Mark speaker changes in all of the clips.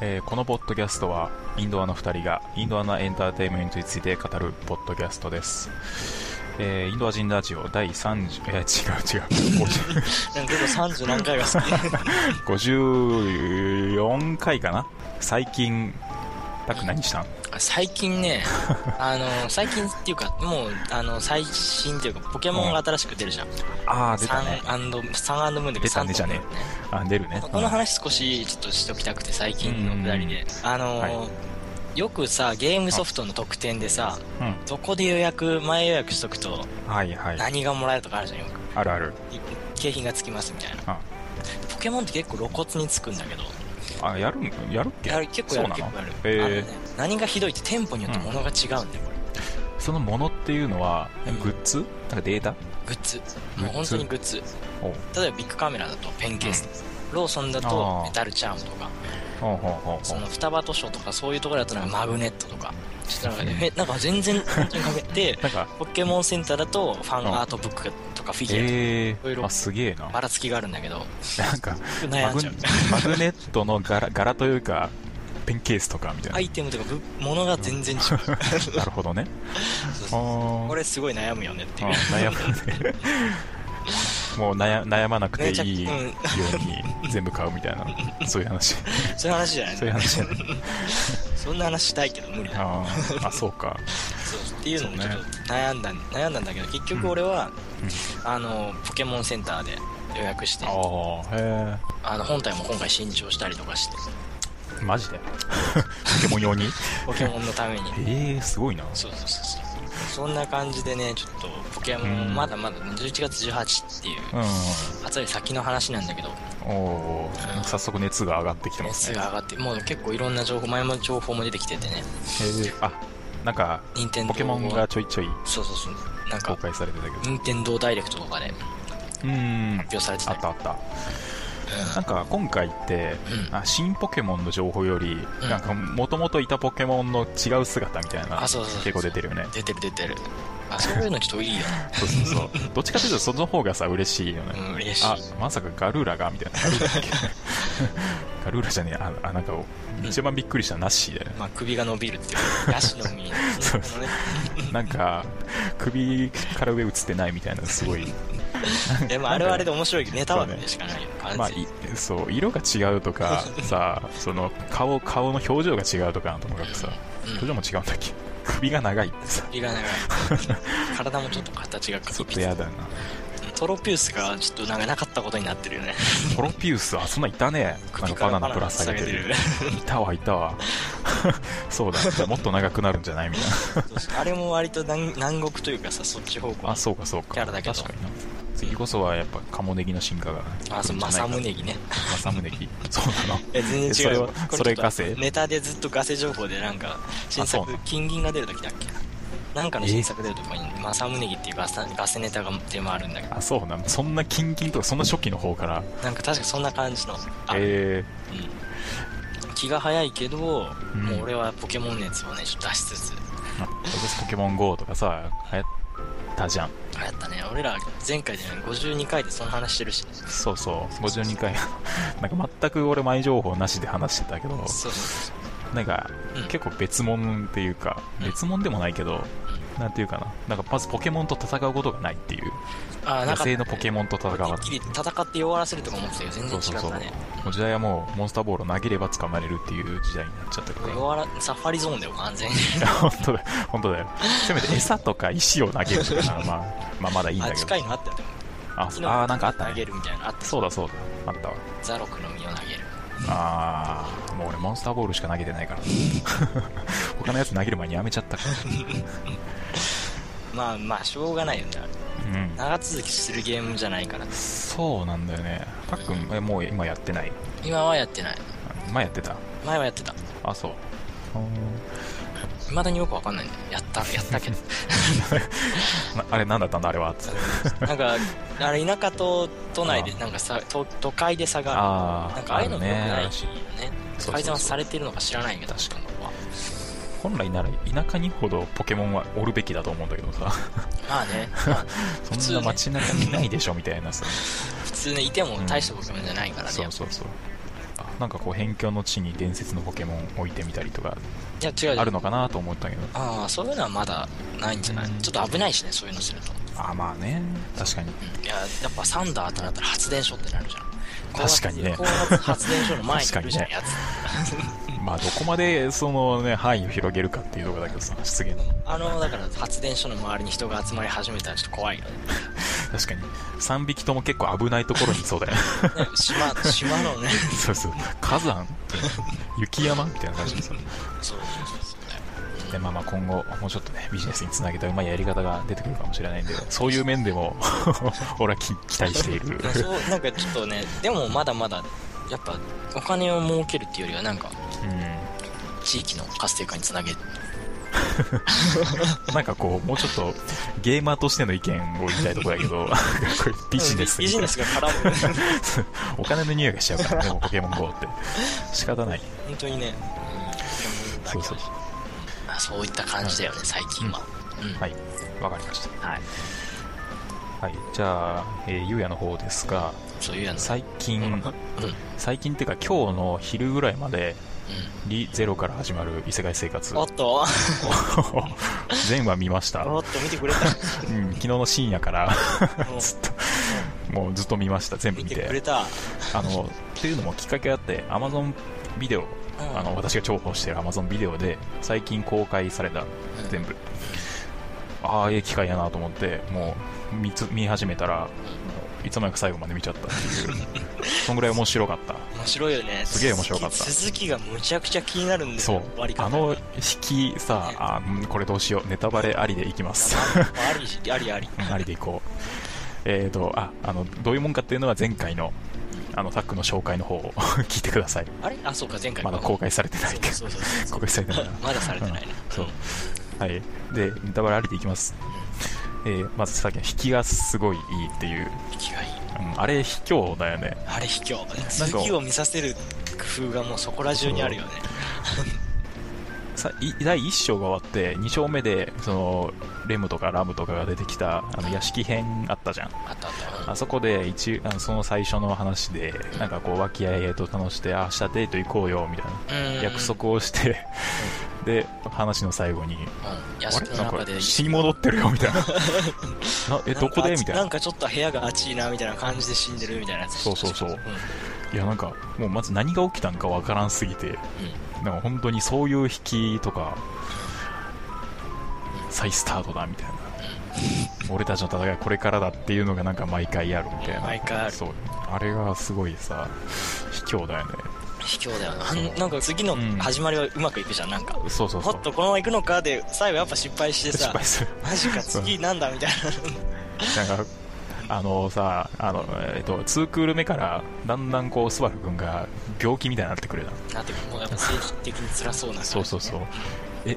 Speaker 1: えーこのポッドキャストはインドアの2人がインドアなエンターテインメントについて語るポッドキャストです、えーインドア人ラジオ第30、えー違う違う
Speaker 2: なんか結構30 何回が好き。
Speaker 1: 50 54回かな最近たく何したん
Speaker 2: 最近ね、あの、最近っていうか、もう、あの、最新っていうか、ポケモンが新しく出るじゃん。
Speaker 1: ああ出
Speaker 2: サ
Speaker 1: た
Speaker 2: ン
Speaker 1: ね
Speaker 2: サンムーンで
Speaker 1: 出たね
Speaker 2: サンとムーン
Speaker 1: じあ出るね
Speaker 2: この話少しちょっとしておきたくて、最近のくだりで。あのー
Speaker 1: は
Speaker 2: よくさ、ゲームソフトの特典でさ、
Speaker 1: うん、うん
Speaker 2: どこで予約、前予約しとくと、
Speaker 1: はいはい
Speaker 2: 何がもらえるとかあるじゃん、よく。
Speaker 1: あるある
Speaker 2: 景品がつきますみたいな
Speaker 1: あ。
Speaker 2: ポケモンって結構露骨につくんだけど、
Speaker 1: あやるんやるっけ
Speaker 2: やる結構や
Speaker 1: そ
Speaker 2: る、
Speaker 1: う
Speaker 2: 結
Speaker 1: なの
Speaker 2: 構やる。
Speaker 1: へー
Speaker 2: あのね、何がひどいって店舗によってものが違うんだよ、これ。
Speaker 1: そのものっていうのは
Speaker 2: うん
Speaker 1: グッズなんかデータ
Speaker 2: グッズ。
Speaker 1: グッズ
Speaker 2: もう本当にグッズ。
Speaker 1: おう
Speaker 2: 例えばビッグカメラだとペンケースとか、ローソンだ
Speaker 1: あ
Speaker 2: と
Speaker 1: ー
Speaker 2: メタルチャームとか、
Speaker 1: ほうほうほう
Speaker 2: そ
Speaker 1: ほう
Speaker 2: の双葉図書とかそういうところだとなんかマグネットとか、ちょっとなんか
Speaker 1: うん、
Speaker 2: ね、えなんか全然本当にかけて
Speaker 1: なんか
Speaker 2: ポケモンセンターだとファンアートブックとかフィギュアと
Speaker 1: え
Speaker 2: か、いろい
Speaker 1: ー、
Speaker 2: ろ
Speaker 1: あすげえな
Speaker 2: ばらつきがあるんだけど、
Speaker 1: なんかマ
Speaker 2: 悩ん
Speaker 1: グ
Speaker 2: じゃう。
Speaker 1: マグネットの柄柄というかペンケースとかみた
Speaker 2: ア
Speaker 1: い
Speaker 2: イテムとかものが全然違う。
Speaker 1: ななるほどね
Speaker 2: そう
Speaker 1: あ
Speaker 2: そう
Speaker 1: ー
Speaker 2: これすごい悩むよねっていう。
Speaker 1: うん悩むね もう悩悩まなくて
Speaker 2: めちゃく
Speaker 1: いいよ
Speaker 2: うん
Speaker 1: うに全部買うみたいなそういう話
Speaker 2: そういう話じゃない
Speaker 1: そういう話じゃない
Speaker 2: そんな話したいけど無理だ。
Speaker 1: あ ーあそうか
Speaker 2: そうっていうのもちょっと
Speaker 1: そう
Speaker 2: 悩んだ,、悩んだんだけど結局俺は、あのポケモンセンターで予約して
Speaker 1: ああへ
Speaker 2: あの本体も今回新調したりとかして
Speaker 1: えマジでポケモン用に
Speaker 2: ポケモンのために
Speaker 1: ええすごいな
Speaker 2: そうそうそうそうそんな感じでねちょっとポケモ
Speaker 1: うん
Speaker 2: ンまだまだね11月18っていう
Speaker 1: う
Speaker 2: 発売先の話なんだけど
Speaker 1: んおお早速熱が上がってきてます
Speaker 2: 熱
Speaker 1: ね
Speaker 2: が上がってもう結構いろんな情報前も情報も出てきててね
Speaker 1: へえあなんか
Speaker 2: 任天堂
Speaker 1: ポケモンがちょいちょい
Speaker 2: そうそうそうなん
Speaker 1: 公
Speaker 2: か
Speaker 1: 開されてたけど
Speaker 2: 任天堂ダイレクトとかで発
Speaker 1: うん
Speaker 2: 表されて
Speaker 1: あ
Speaker 2: たり
Speaker 1: ったあったなんか今回って、
Speaker 2: うん
Speaker 1: あ新ポケモンの情報より、
Speaker 2: うん
Speaker 1: なんかもともといたポケモンの違う姿みたいな
Speaker 2: あそうそうそう
Speaker 1: 結構出てるよね
Speaker 2: 出てる出てるあそういうのちょっといいよね
Speaker 1: そうそう そうどっちかというとその方がさ嬉しいよね、
Speaker 2: うん嬉しい
Speaker 1: あまさかガルーラがみた いなガルーラだっけガルーラじゃねえああなんか
Speaker 2: うん
Speaker 1: 一番びっくりしたのナッシーだよね、
Speaker 2: まあ、首が伸びるっていう ヤシの実
Speaker 1: そう
Speaker 2: このね
Speaker 1: なんか首から上映ってないみたいなすご い
Speaker 2: でもあれはあれで面白いけどネタはね
Speaker 1: そうね
Speaker 2: しかないよ
Speaker 1: ま
Speaker 2: 完
Speaker 1: あ、
Speaker 2: 全に
Speaker 1: いそう色が違うとかさその顔顔の表情が違うとかともかくさ
Speaker 2: うん
Speaker 1: 表情も違うんだっけ首が長いってさ
Speaker 2: 首が長い 体もちょっと形が
Speaker 1: ちょっ
Speaker 2: 硬
Speaker 1: と
Speaker 2: い
Speaker 1: やだな
Speaker 2: トロピウスがちょっとなんかなかったことになってる よね
Speaker 1: トロピウスあそんなんいたねなん
Speaker 2: 首
Speaker 1: か
Speaker 2: か
Speaker 1: バ
Speaker 2: ら
Speaker 1: ナナ
Speaker 2: バナ
Speaker 1: ぶら
Speaker 2: ナ
Speaker 1: 下
Speaker 2: 下
Speaker 1: げ
Speaker 2: げ
Speaker 1: て
Speaker 2: て
Speaker 1: る
Speaker 2: る
Speaker 1: いたわいたわ そうだもっと長くなるんじゃないみたい
Speaker 2: そうそうあれも割と南南国というかさそっち方向
Speaker 1: なあそうかそうか
Speaker 2: キャラだけど
Speaker 1: 確かにな次こそはやっぱカモネギの進化が
Speaker 2: あそう正宗木ね
Speaker 1: 正宗木そうなの
Speaker 2: え全
Speaker 1: そ
Speaker 2: 然違
Speaker 1: れ
Speaker 2: う
Speaker 1: は
Speaker 2: よこ
Speaker 1: それ
Speaker 2: ちょっと
Speaker 1: ガセ
Speaker 2: ネタでずっとガセ情報でなんか新
Speaker 1: あそう
Speaker 2: 作
Speaker 1: な
Speaker 2: 金銀が出る時だっけなんかの新作出るとこに正宗木っていうガサガセネタが出回るんだけど
Speaker 1: あそうなのそんなキンキンとかそんな初期の方から
Speaker 2: なんか確かそんな感じのあ
Speaker 1: え
Speaker 2: うん気が早いけど、
Speaker 1: うん
Speaker 2: もう俺はポケモン熱をねちょっと出しつつ
Speaker 1: ー、私ポケモン GO とかさ流行ったじゃん
Speaker 2: 流行ったね俺ら前回で、ね、52回でその話してるし
Speaker 1: そうそう52回 なんか全く俺前情報なしで話してたけど
Speaker 2: そうそう
Speaker 1: なんか
Speaker 2: うん
Speaker 1: 結構別物っていうか
Speaker 2: うん
Speaker 1: 別物でもないけどなんていうかななんかまずポケモンと戦うことがないっていう
Speaker 2: あ
Speaker 1: 野生のポケ
Speaker 2: モン
Speaker 1: モンと戦わ
Speaker 2: て
Speaker 1: な
Speaker 2: っ
Speaker 1: い
Speaker 2: きり戦って弱らせるとか思ってたけど全然
Speaker 1: そう
Speaker 2: 違
Speaker 1: そうそう
Speaker 2: っ
Speaker 1: も
Speaker 2: たね
Speaker 1: う時代はもうモンスターボールを投げれば捕まれるっていう時代になっちゃってるから
Speaker 2: 弱らサファリゾーンだよ完全に
Speaker 1: 本当だよ 本当だよせめて餌とか石を投 げるとかなら、まあ、まあまだいいんだ
Speaker 2: あ
Speaker 1: けど
Speaker 2: 近いのあったよでも
Speaker 1: あ
Speaker 2: 昨日
Speaker 1: あーなんかあった
Speaker 2: 投げ
Speaker 1: ね
Speaker 2: るみたいなのあった
Speaker 1: そうだそうだあったわ
Speaker 2: ザロクの実を投げる
Speaker 1: ああもう俺モンスターボールしか投げてないから 他のやつ投げる前にやめちゃったから
Speaker 2: まあまあしょうがないよねあれ
Speaker 1: うん
Speaker 2: 長続きするゲームじゃないから
Speaker 1: そうなんだよねパックンえもう今やってない
Speaker 2: 今はやってない
Speaker 1: 前やってた
Speaker 2: 前はやってた
Speaker 1: あそう
Speaker 2: 未だによくわかんないんだよやったやったけど
Speaker 1: なあれ何だったんだあれはつって
Speaker 2: なんか、あれ、田舎と都内で、なんかさ、都都会で差があ
Speaker 1: あ
Speaker 2: る。
Speaker 1: ー
Speaker 2: なんか、ああいうのも良くないよね
Speaker 1: あるね。そうそうそう
Speaker 2: 改ざんされてるのか知らないけど、確かに。
Speaker 1: 本来なら田舎にほどポケモンはおるべきだと思うんだけど さ
Speaker 2: まあ ね、普
Speaker 1: そ
Speaker 2: 通
Speaker 1: ん
Speaker 2: ね
Speaker 1: な街中にいないでしょみたいなさ
Speaker 2: 普通ね、いても大したことじゃないからね。
Speaker 1: そうそうそうあなんかこう辺境の地に伝説のポケモン置いてみたりとか
Speaker 2: いや、違う。
Speaker 1: あるのかなと思ったけど
Speaker 2: ああ、そういうのはまだないんじゃないちょっと危ないしね、そういうのすると。
Speaker 1: あまあね確かに
Speaker 2: うんいや、やっぱサンダーとなったら発電所ってなるじゃん。
Speaker 1: 確かにね
Speaker 2: 高圧発電所の前にいるじゃん、や
Speaker 1: まあどこまでそのね範囲を広げるかっていうところだけどさ出現
Speaker 2: つ。あの、だから発電所の周りに人が集まり始めたらちょっと怖いよね。
Speaker 1: 確かに3匹とも結構危ないところにいそうだ よね
Speaker 2: ね島、島 のね。
Speaker 1: そうそう火山雪山みたいな感じでさ
Speaker 2: そうそうそうね。
Speaker 1: でまあまあ今後もうちょっとねビジネスにつなげたうまいやり方が出てくるかもしれないんでそういう面でも 俺はき期待している
Speaker 2: まあそうなんかちょっとねでもまだまだやっぱお金を儲けるっていうよりはなんか
Speaker 1: う
Speaker 2: 地域の活性化につなげる
Speaker 1: んなんかこうもうちょっとゲーマーとしての意見を言いたいところだけ どこれビジネス
Speaker 2: ビ
Speaker 1: みた
Speaker 2: ジ
Speaker 1: いな
Speaker 2: ネスが絡む
Speaker 1: お金の匂いがしちゃうからね もうポケモン GO って仕方ない
Speaker 2: 本当にね、う
Speaker 1: そ
Speaker 2: ん、
Speaker 1: うそう
Speaker 2: まあそういった感じだよね最近はうん、
Speaker 1: はいわかりました
Speaker 2: はい、
Speaker 1: はいじゃあ、えー、ゆうやの方ですが
Speaker 2: そういうやつ
Speaker 1: 最近
Speaker 2: うんうん
Speaker 1: 最近っていうか今日の昼ぐらいまでリゼロから始まる異世界生活
Speaker 2: おっと
Speaker 1: 全話見ました、
Speaker 2: おっと見て くれ
Speaker 1: うん、昨日の深夜から
Speaker 2: たもう
Speaker 1: ずっともうずっと見ました全部
Speaker 2: 見
Speaker 1: 見
Speaker 2: て
Speaker 1: て
Speaker 2: くれた
Speaker 1: あのっていうのもきっかけあって Amazon ビデオ
Speaker 2: うん
Speaker 1: あの私が重宝してる Amazon ビデオで最近公開された
Speaker 2: うん
Speaker 1: 全部ああええ機会やなと思ってもう見つ見始めたらいつの間にか最後まで見ちゃったっていう そんぐらい面白かった
Speaker 2: 面白いよね
Speaker 1: すげえ面白かった
Speaker 2: 続きがむちゃくちゃ気になるんだ
Speaker 1: そ
Speaker 2: よ
Speaker 1: う
Speaker 2: 終わり方
Speaker 1: あの引きさあうんこれどうしようネタバレありでいきます
Speaker 2: まあありしありあり
Speaker 1: うんありでいこう。えーと、あ、あの、どういうもんかっていうのは前回の、あの、タックの紹介の方を 聞いてください。
Speaker 2: あれあそうか前回
Speaker 1: まだ公開されてないけ
Speaker 2: そうそうそう
Speaker 1: ど、公開されてないな。
Speaker 2: まだされてないね、
Speaker 1: うんそう。はい。で、ネタバレありでいきます。えーまずさっきの引きがすごいいいっていう、
Speaker 2: 引きがいい
Speaker 1: うんあれ卑怯だよね。
Speaker 2: あれ卑怯続きを見させる工夫がもうそこら中にあるよね
Speaker 1: さい第1章が終わって、2章目で、その、レムとかラムとかが出てきた、あの、屋敷編あったじゃん。
Speaker 2: あったあった
Speaker 1: あそこで一あのその最初の話でなんかこう和気あいあいと楽しんであ明日デート行こうよみたい
Speaker 2: うん
Speaker 1: な約束をしてで話の最後に
Speaker 2: うん
Speaker 1: あ
Speaker 2: 屋
Speaker 1: れ
Speaker 2: 敷の
Speaker 1: なん
Speaker 2: 中
Speaker 1: か
Speaker 2: で
Speaker 1: 死に戻ってるよみた いななえどこでみたい
Speaker 2: な
Speaker 1: なん
Speaker 2: かちょっと部屋があちいなみたいな感じで死んでるみたいなやつ
Speaker 1: そうそうそうんいやなんかもうまず何が起きたんかわからんすぎてなんか本当にそういう引きとか再スタートだみたいな俺たちの戦いはこれからだっていうのがなんか毎回あるみたいな
Speaker 2: 毎回ある
Speaker 1: そうあれがすごいさ卑怯だよね
Speaker 2: 卑怯だよなあ
Speaker 1: そうん
Speaker 2: なんか次の
Speaker 1: うん
Speaker 2: 始まりはうまくいくじゃんなんか
Speaker 1: そうそうそ
Speaker 2: も
Speaker 1: う
Speaker 2: っとこのまま行くのかで最後やっぱ失敗して
Speaker 1: 失
Speaker 2: さ
Speaker 1: 敗する
Speaker 2: マジか次なんだみたい
Speaker 1: なんかあのさあの、えっと、2クール目からだんだんこうスバル君が病気みたいになってくるな
Speaker 2: ななってもうやっぱ精神的に辛そうな感じ
Speaker 1: そうそうそうえ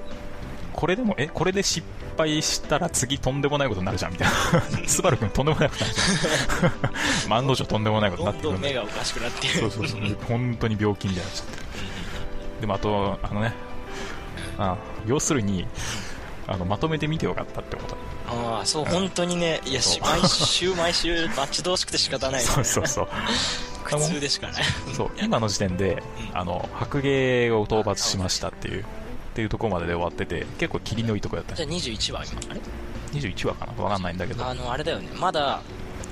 Speaker 1: これでもえこれで失敗したら次とんでもないことになるじゃんみたい なスバル君とんでもないことになる じゃんまあ案の定とんでもないことになっ
Speaker 2: ど
Speaker 1: て
Speaker 2: ん
Speaker 1: く
Speaker 2: ど
Speaker 1: る
Speaker 2: ん
Speaker 1: んだ
Speaker 2: 目
Speaker 1: よ
Speaker 2: がおかしくなって
Speaker 1: そ
Speaker 2: る
Speaker 1: うそうそう本当に病気みたいになっちゃってでもあとあのねあ要するにあのまとめて見てよかったってこと
Speaker 2: ああそう本当にねいや
Speaker 1: そ
Speaker 2: し
Speaker 1: う
Speaker 2: 毎週毎週待ち遠しくて仕方な い
Speaker 1: そうそうそう
Speaker 2: 苦痛でしかない
Speaker 1: そう今の時点で、
Speaker 2: うん
Speaker 1: あの白芸を討伐しましたっていうっていうところまでで終わってて結構霧のいいとこだった
Speaker 2: じゃ
Speaker 1: ね
Speaker 2: あ21話今あれ
Speaker 1: 21話かな分かんないんだけど
Speaker 2: あのあれだよねまだ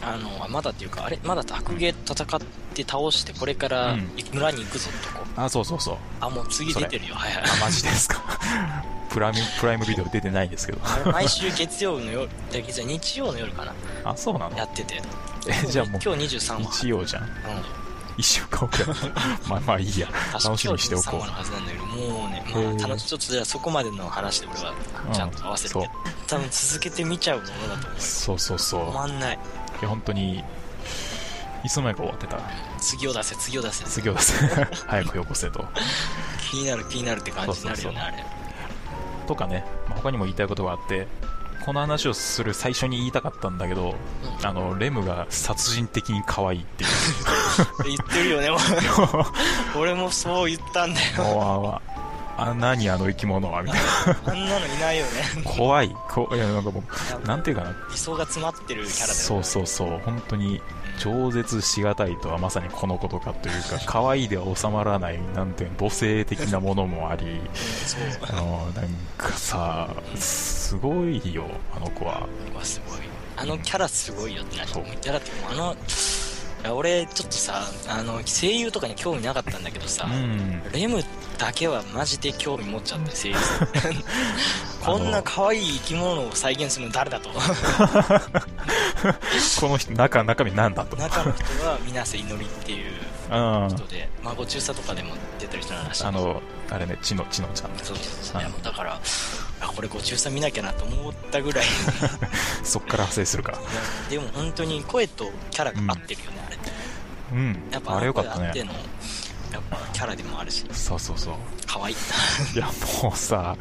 Speaker 2: あのあまだっていうかあれまだ白芸戦って倒してこれから
Speaker 1: うん
Speaker 2: 村に行くぞとこ
Speaker 1: あそうそうそう
Speaker 2: あもう次出てるよはいはい
Speaker 1: あマジですか プライムプライムビデオ出てないですけど
Speaker 2: あれ毎週月曜の夜で月曜日曜の 夜かな
Speaker 1: あそうなの
Speaker 2: やってて
Speaker 1: えじゃあもう
Speaker 2: 今日23話
Speaker 1: 日曜じゃん
Speaker 2: うん
Speaker 1: 一週間遅れだった まあまあいいや楽しみにしてお
Speaker 2: 確
Speaker 1: こ
Speaker 2: か今日23話のはずなんだけどもうね
Speaker 1: へ
Speaker 2: ま
Speaker 1: ー
Speaker 2: あ楽しちょっとじゃあそこまでの話で俺は
Speaker 1: うん
Speaker 2: ちゃんと合わせるけど
Speaker 1: そ
Speaker 2: 多分続けて見ちゃうものだと思うよ
Speaker 1: うそうそうそう
Speaker 2: 止まんない
Speaker 1: いや本当にいつの間にか終わってた
Speaker 2: 次を出せ次を出せ
Speaker 1: 次を出せ 早くよこせと
Speaker 2: 気になる気になるって感じになるよね
Speaker 1: そ
Speaker 2: あれ
Speaker 1: とかね、まあ他にも言いたいことがあってこの話をする最初に言いたかったんだけど、
Speaker 2: うん
Speaker 1: あのレムが殺人的に可愛いっ ていう
Speaker 2: 言ってるよね
Speaker 1: もう
Speaker 2: 俺もそう言ったんだよ
Speaker 1: ああ何あの生き物はみ たい
Speaker 2: あんなのいないよね。
Speaker 1: な怖いこいやなんかもうなんていうかな
Speaker 2: 理想が詰まってるキャラだよね。
Speaker 1: そうそうそう本当に饒舌しがたいとはまさにこのことかという か可愛いでは収まらないなんていうの母性的なものもあり
Speaker 2: そう。
Speaker 1: あのなんかさすごいよあの子は
Speaker 2: うわすごいあのキャラすごいよってなってキャラっていうかあのいや俺ちょっとさあの声優とかに興味なかったんだけどさ、
Speaker 1: うん
Speaker 2: レムだけはマジで興味持っちゃって声優さん こんな可愛い生き物を再現するの誰だと
Speaker 1: この人中中身なんだと
Speaker 2: 中の人は水瀬祈りっていう
Speaker 1: うんあ
Speaker 2: 人で孫中佐とかでも出てる人なんらしいんです
Speaker 1: のあれねちのちのちゃん
Speaker 2: そうそうそう
Speaker 1: あの
Speaker 2: だからあこれご中佐見なきゃなと思ったぐ らい
Speaker 1: そっから派生するか
Speaker 2: でも本当に声とキャラが合ってるよね、あれ
Speaker 1: うん
Speaker 2: やっぱ
Speaker 1: あれよかった
Speaker 2: あって
Speaker 1: ね
Speaker 2: のやっぱキャラでもあるし
Speaker 1: そうそうそう
Speaker 2: 可愛い
Speaker 1: いやもうさ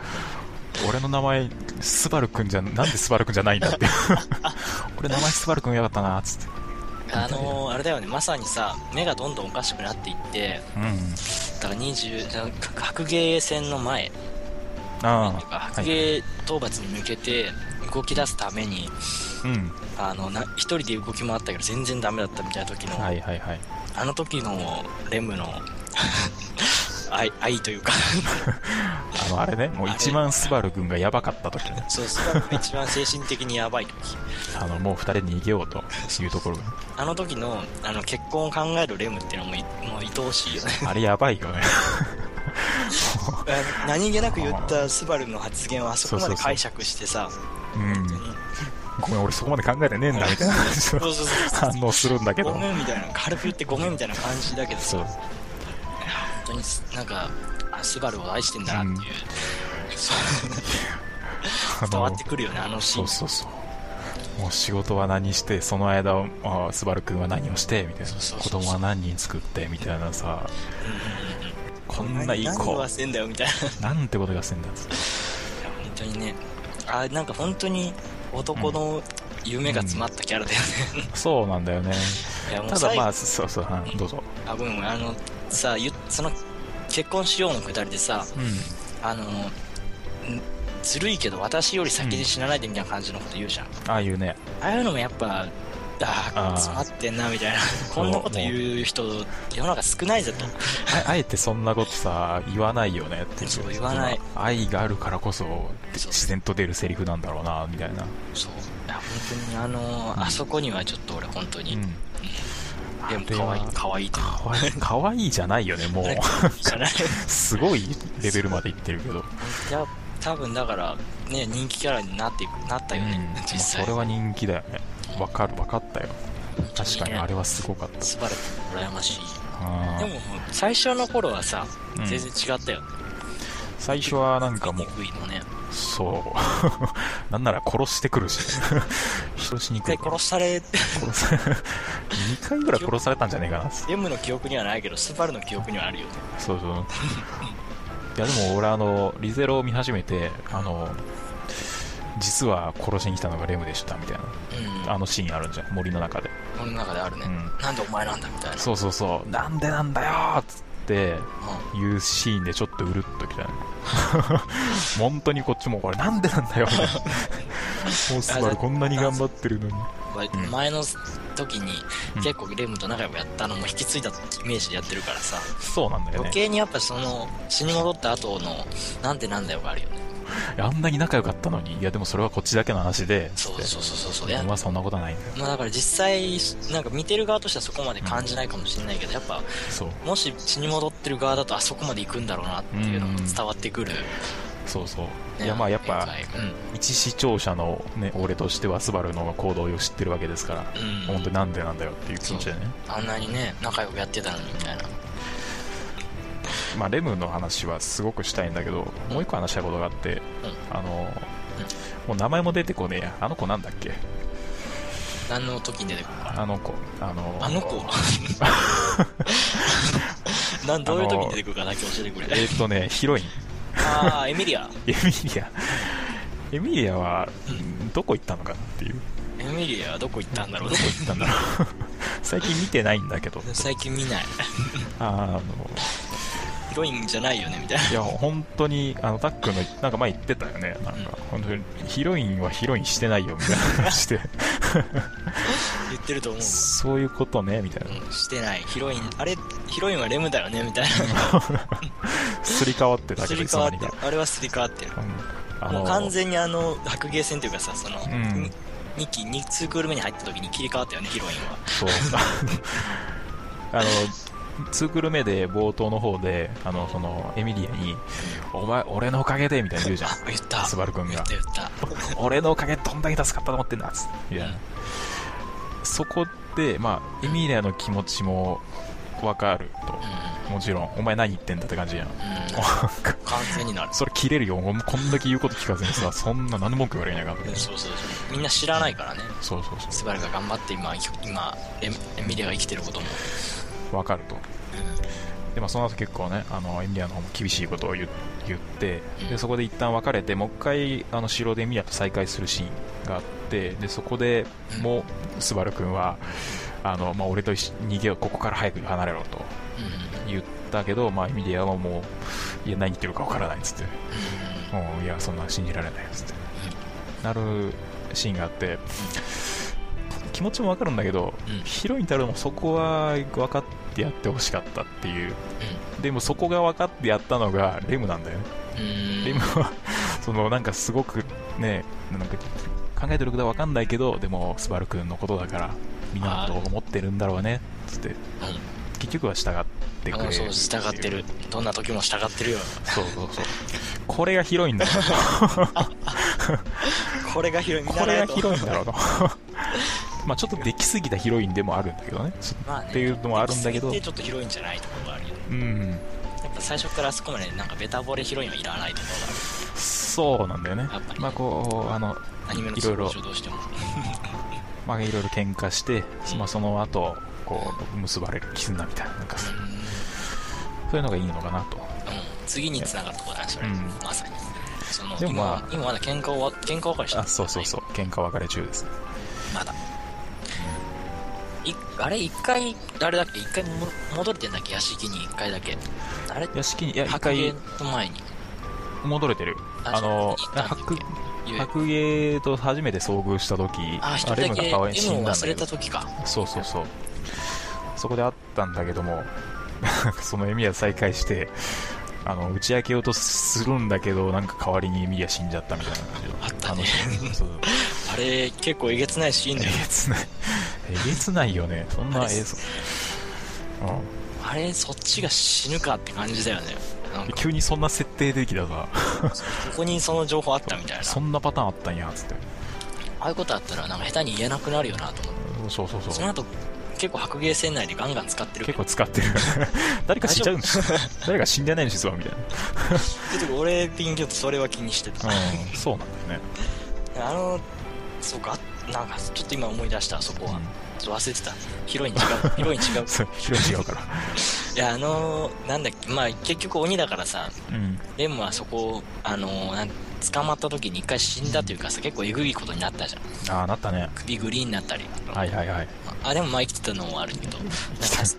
Speaker 1: 俺の名前スバルくんじゃなんでスバルくんじゃないんだ って俺名前スバルくんやかったなっつって
Speaker 2: あのー、あれだよねまさにさ目がどんどんおかしくなっていって
Speaker 1: うん
Speaker 2: だから20じゃ白芸戦の前
Speaker 1: あ
Speaker 2: とか
Speaker 1: あ
Speaker 2: 白芸討伐に向けて動き出すために、
Speaker 1: うん
Speaker 2: あのな一人で動き回ったけど全然ダメだったみたいな時の、
Speaker 1: はいはいはい
Speaker 2: あの時のレムの 愛愛というか
Speaker 1: あのあれねもう一番スバルくんがやばかった時ね
Speaker 2: そうそれが一番精神的にやばい時
Speaker 1: あのもう二人逃げようというところが
Speaker 2: あの時のあの結婚を考えるレムっていうのもいもう愛おしいよね
Speaker 1: あれやばいよね
Speaker 2: あ何気なく言ったスバルの発言をあそこまで解釈してさ
Speaker 1: うんごめん俺そこまで考えてねえんだみたいな感じ
Speaker 2: そう
Speaker 1: の
Speaker 2: そうそう
Speaker 1: 反応するんだけ
Speaker 2: ご
Speaker 1: ど
Speaker 2: めんみたいな軽く言ってごめんみたいな感じだけどさ
Speaker 1: そう
Speaker 2: 本当になんかあスバルを愛してんだなっていう、そう
Speaker 1: あ
Speaker 2: 伝わ
Speaker 1: の
Speaker 2: ってくるよねあのシ
Speaker 1: そ
Speaker 2: ー
Speaker 1: う
Speaker 2: ン
Speaker 1: そうそうもう仕事は何してその間をあスバル君は何をしてみたいな
Speaker 2: そうそうそう
Speaker 1: 子供は何人作ってみたいなさこんないい
Speaker 2: 何を
Speaker 1: 子
Speaker 2: 忘れんだよみたいな
Speaker 1: なんてことがせんだっつって
Speaker 2: 本当にねあなんか本当に男の夢が詰まったキャラだよね、
Speaker 1: そうなんだよね
Speaker 2: いやもう
Speaker 1: ただ
Speaker 2: 最後
Speaker 1: まあそうそううんどうぞ
Speaker 2: あごめんごめんあのさゆその結婚しようのくだりでさ、
Speaker 1: うん
Speaker 2: あのんずるいけど私より先に死なないでみたいな感じのこと言うじゃん、
Speaker 1: ああいうね
Speaker 2: ああいうのもやっぱああ
Speaker 1: あー
Speaker 2: 詰まってんな みたいなこんなこと言う人世の中少ないぜと
Speaker 1: ああえてそんなことさ言わないよねってい
Speaker 2: そう言わない
Speaker 1: 愛があるからこそ自然と出るセリフなんだろうなみたいな
Speaker 2: そういや本当にあのあそこにはちょっと俺本当に、
Speaker 1: うん
Speaker 2: でも可愛い可愛いという
Speaker 1: かわいいかわいいじゃないよねもう
Speaker 2: じゃない
Speaker 1: すごいレベルまでいってるけど
Speaker 2: いや多分だからね人気キャラになっていくなったよね、
Speaker 1: うん
Speaker 2: 実際
Speaker 1: それは人気だよねわかるわかったよ確かにあれ
Speaker 2: は
Speaker 1: はすごかった
Speaker 2: 素晴らしい羨ましい
Speaker 1: あ
Speaker 2: で
Speaker 1: ー
Speaker 2: も最初の頃はさ、
Speaker 1: うん
Speaker 2: 全然違ったよ
Speaker 1: 最初はなんかもう
Speaker 2: 憎いのね
Speaker 1: そう なんなら殺してくるし 人死に
Speaker 2: 一
Speaker 1: く
Speaker 2: 回
Speaker 1: いから
Speaker 2: 殺され て
Speaker 1: 殺さ 2回ぐらい殺されたんじゃねえかな
Speaker 2: M の記憶にはないけどスバルの記憶にはあるよね
Speaker 1: そうそういやでも俺あのリゼロを見始めてあの実は殺しに来たのがレムでしたみたい
Speaker 2: うん
Speaker 1: なあのシーンあるんじゃん森の中で
Speaker 2: この中であるね、
Speaker 1: うん
Speaker 2: なんでお前なんだみたいな
Speaker 1: そうそうそうなんでなんだよーっつっていうシーンでちょっとうるっときたね 本当にこっちもこれなんでなんだ よもうスバルこんなに頑張ってるのに
Speaker 2: うん
Speaker 1: うん
Speaker 2: 前の時に
Speaker 1: うん
Speaker 2: 結構レムと仲良くやったのも引き継いだイメージでやってるからさ
Speaker 1: そうなんだよね
Speaker 2: 余計にやっぱその死に戻った後のなんでなんだよがあるよね
Speaker 1: いやあんなに仲良かったのにいやでもそれはこっちだけの話でつ
Speaker 2: そ
Speaker 1: っ
Speaker 2: う
Speaker 1: て
Speaker 2: そうそうそうそうい
Speaker 1: いや
Speaker 2: や
Speaker 1: まあそんなことはないんだよ
Speaker 2: まあだから実際なんか見てる側としてはそこまで感じないかもしれないけどやっぱ
Speaker 1: そう
Speaker 2: もし死に戻ってる側だとあそこまで行くんだろうなっていうのも伝わってくる、
Speaker 1: そうそう
Speaker 2: ね
Speaker 1: いやまあやっぱ
Speaker 2: う
Speaker 1: 一視聴者のね俺としてはスバルの行動を知ってるわけですから
Speaker 2: ん、うん、
Speaker 1: 本当になんでなんだよっていう気持ちでね
Speaker 2: あんなにね仲良くやってたのにみたいな
Speaker 1: まあ、レムの話はすごくしたいんだけどもう一個話したことがあって、あのもう名前も出てこねえやあの子なんだっけ
Speaker 2: 何の時に出てくる
Speaker 1: あの子あの
Speaker 2: あの子 なんどういう時に出てくるかだけ教えてくれ
Speaker 1: えーっとねヒロイン
Speaker 2: ああエミリア
Speaker 1: エミリアエミリアはどこ行ったのかなっていう
Speaker 2: エミリアはどこ行ったんだろうね
Speaker 1: どこ行ったんだろう 最近見てないんだけど
Speaker 2: 最近見ない
Speaker 1: あの
Speaker 2: ヒロインじゃないよねみたい
Speaker 1: いや本当にあのタックのなんか前言ってたよねなんか本当にヒロインはヒロインしてないよみたいな話で
Speaker 2: な言ってると思う
Speaker 1: そういうことねみたいな
Speaker 2: うんしてないヒロインあれヒロインはレムだよねみたい
Speaker 1: すり替わって
Speaker 2: な
Speaker 1: た
Speaker 2: す
Speaker 1: けど
Speaker 2: り
Speaker 1: いつ
Speaker 2: 替
Speaker 1: の間
Speaker 2: わっ
Speaker 1: に
Speaker 2: てる
Speaker 1: か、
Speaker 2: あれはすり替わってる
Speaker 1: うんあ
Speaker 2: も
Speaker 1: の
Speaker 2: う完全にあの白芸戦というかさその、
Speaker 1: ん
Speaker 2: 2期2ツークール目に入った時に切り替わったよねヒロインは
Speaker 1: そう あのツークール目で冒頭の方であのそのエミリアに「お前俺のおかげで」みたいな言う じゃん
Speaker 2: あ言った
Speaker 1: スバル君
Speaker 2: 言
Speaker 1: が
Speaker 2: った言った
Speaker 1: 「俺のおかげでどんだけ助かったと思ってんだ」つってみたいなそこで、まあ、エミリアの気持ちも分かるともちろんお前何言ってんだって感じやん
Speaker 2: うん、うん、完全になる
Speaker 1: それ切れるよこんだけ言うこと聞かずにさそんな何文句言われながら
Speaker 2: うんそうそうそうみんな知らないからね
Speaker 1: そうそうそ
Speaker 2: スバルが頑張って今今エミエミリアが生きてることも、
Speaker 1: う分かると
Speaker 2: う
Speaker 1: でまあ、その後結構ねあのエミリアの方も厳しいことを言言って
Speaker 2: うん
Speaker 1: でそこで一旦別れてもう一回あの城でエミリアと再会するシーンがあってでそこでもスバル君はあの、まあ、俺と一緒に逃げようここから早く離れろと
Speaker 2: んうん
Speaker 1: 言ったけど、まあ、エミリアはもういや何言ってるか分からないっつってもういやそんな信じられないっつってなるシーンがあって気持ちも分かるんだけど、
Speaker 2: うん
Speaker 1: ヒロインたるもそこは分かってやってほしかったっていうでもそこが分かってやったのがレムなんだよね、
Speaker 2: うん
Speaker 1: レムは そのなんかすごくねなんか考えてることは分かんないけどでもスバル君のことだからみんなのことを思ってるんだろうねつって結局は従ってくれ
Speaker 2: う
Speaker 1: る
Speaker 2: ん、そう従ってるどんな時も従ってるよ
Speaker 1: そうそうそうこれがヒロインだろ
Speaker 2: これが広い見
Speaker 1: こ
Speaker 2: 習
Speaker 1: れ
Speaker 2: え
Speaker 1: が
Speaker 2: と
Speaker 1: ヒロインだろうと まあちょっとできすぎたヒロインでもあるんだけどねちょ
Speaker 2: まあね
Speaker 1: っていうのもあるんだけど
Speaker 2: 行き過ぎてちょっとヒロインじゃないところがあるよね
Speaker 1: うん
Speaker 2: やっぱ最初からあそこまでなんかベタボレヒロインはいらないとこ
Speaker 1: そうなんだよね
Speaker 2: やっぱり
Speaker 1: まあこうあの
Speaker 2: ろがアニメの
Speaker 1: いろいろ
Speaker 2: 都合上どうしても
Speaker 1: まあいろいろ喧嘩して、まあ、その後こう結ばれる絆みたいななんか
Speaker 2: うん、うん、
Speaker 1: そういうのがいいのかなと
Speaker 2: 次に繋がるところだねそれ、
Speaker 1: うん
Speaker 2: まさにその
Speaker 1: でも
Speaker 2: 今,、
Speaker 1: まあ
Speaker 2: 今まだ喧嘩を喧嘩別れしてる
Speaker 1: あそうそうそう喧嘩別れ中ですね
Speaker 2: まだいあれ一回あれだっけ一回も戻れてんだっけ屋敷に一回だけあれ
Speaker 1: 屋敷にいや一
Speaker 2: 白芸
Speaker 1: 回
Speaker 2: の前に
Speaker 1: 戻れてる
Speaker 2: あ
Speaker 1: あの
Speaker 2: そう行ったんだっ
Speaker 1: 白
Speaker 2: けゆえ
Speaker 1: 白芸と初めて遭遇した時
Speaker 2: あ一人
Speaker 1: あレ
Speaker 2: だ
Speaker 1: ム
Speaker 2: け
Speaker 1: が
Speaker 2: 夢を
Speaker 1: 可愛い死んだん
Speaker 2: 忘
Speaker 1: だ
Speaker 2: れ
Speaker 1: け
Speaker 2: た
Speaker 1: ど
Speaker 2: 時か
Speaker 1: そうそうそうそこで会ったんだけどもそのエミヤ再会してあの打ち明けようとするんだけどなんか代わりにエミヤ死んじゃったみたいな感じの
Speaker 2: あったね
Speaker 1: あのそうそう
Speaker 2: あれ結構えげつないシーン
Speaker 1: えげ
Speaker 2: だよ
Speaker 1: つないえげつないよねそん
Speaker 2: あ
Speaker 1: な
Speaker 2: れ
Speaker 1: ええそうん
Speaker 2: あれそっちが死ぬかって感じだよねなん
Speaker 1: で
Speaker 2: か
Speaker 1: 急にそんな設定できたさ
Speaker 2: ここにその情報あったみたいな
Speaker 1: そんなパターンあったんやつって
Speaker 2: ああいうことあったらなんか下手に言えなくなるよなと思って
Speaker 1: そうそう
Speaker 2: そ
Speaker 1: そ
Speaker 2: の
Speaker 1: う
Speaker 2: 後結構白芸船内でガンガン使ってるけ
Speaker 1: 結構使
Speaker 2: ど
Speaker 1: って る誰か死んじゃうんです誰か死んじゃないんですわみたい
Speaker 2: 結構俺ピンキョとそれは気にしてた、
Speaker 1: なうんそうなんだよね
Speaker 2: あのそうかなんかちょっと今思い出したそこは、
Speaker 1: うん
Speaker 2: ちょっと忘れてた ヒロイン違うヒロイン違う
Speaker 1: そう広い違うから
Speaker 2: いやあのなんだっけまあ結局鬼だからさ
Speaker 1: うん
Speaker 2: レムはそこをあのなん捕まった時に一回死んだというかさ結構えぐいことになったじゃん
Speaker 1: ああなったね
Speaker 2: 首グリーンになったり
Speaker 1: はいはいはい
Speaker 2: あれもまあ生きてたのもあるけどなんか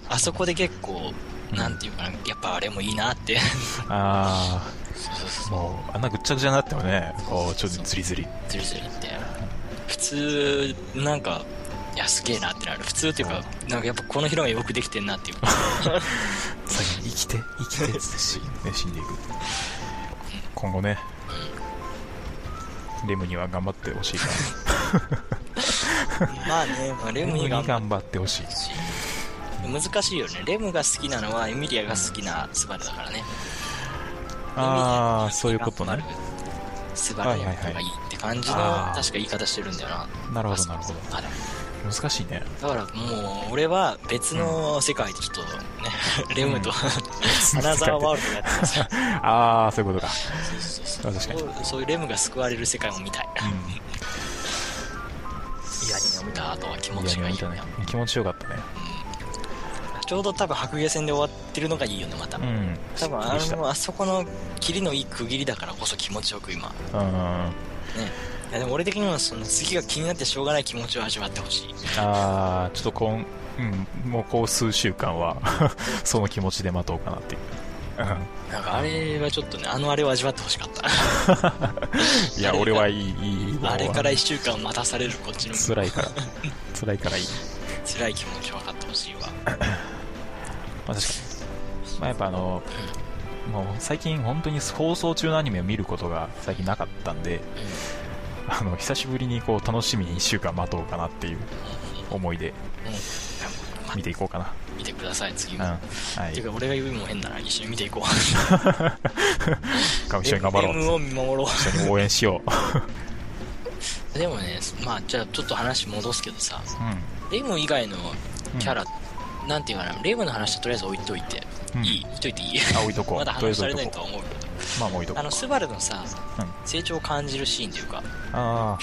Speaker 2: ああそこで結構なんていうかなやっぱあれもいいなって
Speaker 1: あ
Speaker 2: そうそう
Speaker 1: あ
Speaker 2: そ
Speaker 1: もうあんなぐっちゃぐちゃになったよねこうちょっとズリズリ
Speaker 2: うずるずるって普通なんかいやすげえなってなる普通っていうかなんかやっぱこのヒロインよくできてんなっていうか
Speaker 1: 最後に生きて生きてっつって死,、ね、死んでいく今後ねレムには頑張ってほしい から
Speaker 2: まあね、まあ、レムに頑張っ
Speaker 1: 頑張ってほしい
Speaker 2: てし難しいよねレムが好きなのはエミリアが好きなスバルだからね
Speaker 1: ああそういうことね
Speaker 2: スバルの方がいいって感じの
Speaker 1: はいはいはいあー
Speaker 2: 確か言い方してるんだよな
Speaker 1: なるほどなるほど
Speaker 2: あでも
Speaker 1: 難しいね
Speaker 2: だからもう俺は別の世界でちょっとね、レムと、アナザーワールドやってますよ
Speaker 1: ああそういうことか
Speaker 2: そうそうそう
Speaker 1: 確
Speaker 2: そういうレムが救われる世界も見たい
Speaker 1: うん
Speaker 2: いやにも見た後は気持
Speaker 1: い
Speaker 2: ち
Speaker 1: や
Speaker 2: がい
Speaker 1: 見
Speaker 2: いよ
Speaker 1: た
Speaker 2: ね
Speaker 1: ね気持ちよかったね
Speaker 2: ちょうど多分白芸戦で終わってるのがいいよねまた、
Speaker 1: うん
Speaker 2: 多分あ
Speaker 1: びっくりした
Speaker 2: のあそこの切りのいい区切りだからこそ気持ちよく今ね
Speaker 1: うん
Speaker 2: いやでも俺的にはその次が気になってしょうがない気持ちを味わってほしい
Speaker 1: ああ ちょっとこん、うん、もうこう数週間はその気持ちで待とうかなっていう
Speaker 2: なんかあれはちょっとね、あのあれを味わってほしかった。
Speaker 1: いや、俺はいい、いい、いい。
Speaker 2: あれから1週間待たされるこっちの
Speaker 1: 辛い から。辛いからいい。
Speaker 2: 辛い気持ち分かってほしいわ。
Speaker 1: まあ、確かに。まあ、やっぱあの、もう最近本当に放送中のアニメを見ることが最近なかったんで、あの、久しぶりにこう楽しみに1週間待とうかなっていう思いで
Speaker 2: うん。うんまあ
Speaker 1: 見ていこうかな。
Speaker 2: 見てください、次
Speaker 1: うん。
Speaker 2: も。
Speaker 1: は
Speaker 2: て
Speaker 1: い
Speaker 2: いう。か、俺が言うのも変だな。一緒に見ていこう。
Speaker 1: 一緒に頑張ろう。
Speaker 2: M を見守ろ
Speaker 1: 一緒に応援しよう。
Speaker 2: う。でもね、まあ、じゃあちょっと話戻すけどさ、
Speaker 1: う
Speaker 2: レム以外のキャラ、なんていうかな、レムの話はとりあえず置いといて、
Speaker 1: うん
Speaker 2: いい置いといていい
Speaker 1: ん。あ、置いとこう。
Speaker 2: まだ
Speaker 1: とりあえ
Speaker 2: 話
Speaker 1: ず置
Speaker 2: され
Speaker 1: い
Speaker 2: ない
Speaker 1: とこ
Speaker 2: とは思うけど。
Speaker 1: う。まあ、もう置いとこ
Speaker 2: あ
Speaker 1: う
Speaker 2: の、。スバルのさ、
Speaker 1: うん
Speaker 2: 成長を感じるシーンというか、
Speaker 1: あ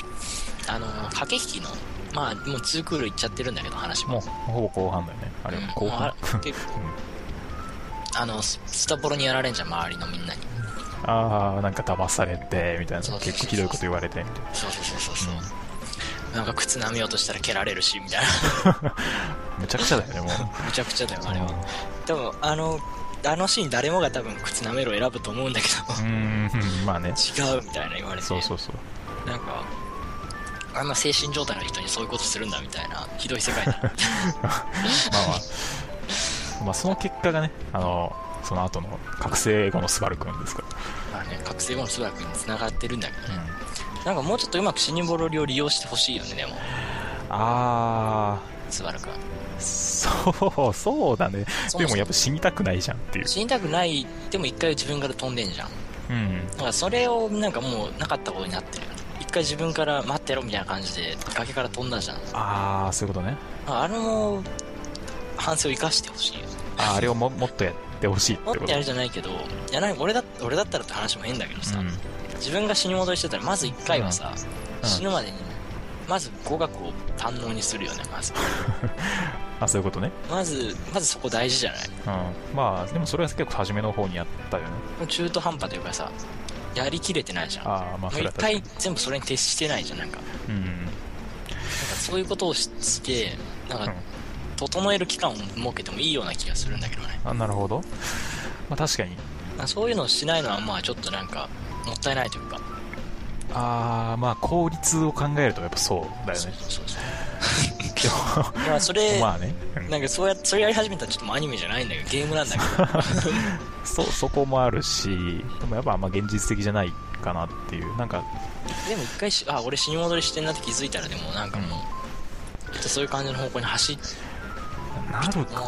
Speaker 2: あの、駆け引きの、まあ、もう2クールいっちゃってるんだけど、話
Speaker 1: あ、もう、
Speaker 2: も。
Speaker 1: ほぼ後半だよね。あれ
Speaker 2: うん、
Speaker 1: 後
Speaker 2: もう
Speaker 1: 半。
Speaker 2: あれ結構あの、ススタボロにやられんじゃん、周りのみんなに。
Speaker 1: ああ、なんか騙されて、みたいな。
Speaker 2: そうそうそうそう
Speaker 1: 結構ひどいこと言われて、みたいな。
Speaker 2: そうそうそうそうそう。なんか靴舐めようとしたら蹴られるし、みたい
Speaker 1: むちゃくちゃだよね、もう。
Speaker 2: な。むちゃくちゃだよ、あれは。でも、あの、あのシーン誰もが多分靴舐めるを選ぶと思うんだけ
Speaker 1: うーん、まあね。
Speaker 2: ど、違うみたいな言われて。
Speaker 1: そうそうそう。
Speaker 2: なんか、あんな精神状態の人にそういうことするんだみたいな、ひどい世界 だな。
Speaker 1: まあまあ。まあ、その結果がね、あの、その後の覚醒後のスバルくんですか
Speaker 2: まあね、覚醒後のスバル君に繋がってるんだけ
Speaker 1: ら。
Speaker 2: どね。
Speaker 1: うん。
Speaker 2: なんかもうちょっとうまくシニボロリを利用してほしいよね、でも、
Speaker 1: あ
Speaker 2: スバル君。
Speaker 1: あ、そう、そうだね。
Speaker 2: そう
Speaker 1: でもやっぱ死にたくないじゃんっていう。
Speaker 2: 死にたくない、でも一回自分から飛んでんじゃん。
Speaker 1: うん。
Speaker 2: だからそれをなんかもうなかったことになってるよね。一回自分から待ってろみたいな感じで崖から飛んだじゃん。
Speaker 1: ああ、そういうことね。
Speaker 2: あれも反省を生かしてほしいよね。
Speaker 1: あーあれをももっとやってほしいって
Speaker 2: も
Speaker 1: こ
Speaker 2: っ
Speaker 1: と。
Speaker 2: てあれじゃないけど、いやなんか俺だ俺だったらって話も変だけどさ、
Speaker 1: うん。
Speaker 2: 自分が死に戻りしてたらまず一回はさ、
Speaker 1: うん
Speaker 2: 死ぬまでにまず語学を堪能にするよねまず
Speaker 1: あ、そういうことね。
Speaker 2: まずまずそこ大事じゃない
Speaker 1: うん。まあ、でもそれは結構初めの方にやったよね。
Speaker 2: もう中途半端というかさやりきれてないじゃんも
Speaker 1: ああ、まあ、そうれ
Speaker 2: 一
Speaker 1: は確かに
Speaker 2: 回。全部それに徹してないじゃんなんかなんか
Speaker 1: うん。
Speaker 2: そういうことをししてなん
Speaker 1: うん
Speaker 2: か整える期間を設けてもいいような気がするんだけどね
Speaker 1: あ、なるほど。まあ、確かに。
Speaker 2: なんかそういうのをしないのはまあちょっとなんかもったいないというか
Speaker 1: ああ、まあ、効率を考えるとやっぱそう だよ
Speaker 2: そう
Speaker 1: ね。
Speaker 2: そうそう
Speaker 1: でも
Speaker 2: だからそれ、
Speaker 1: まあね。うん
Speaker 2: なんかそうやそれやり始めたらちょっともうアニメじゃないんだけどゲームな んだけど
Speaker 1: そそこもあるしでもやっぱあんま現実的じゃないかなっていうなんか
Speaker 2: でも一回し、あ、俺死に戻りしてんなって気づいたら、でもなんかもう、ちょっとそういう感じの方向に走って
Speaker 1: なるか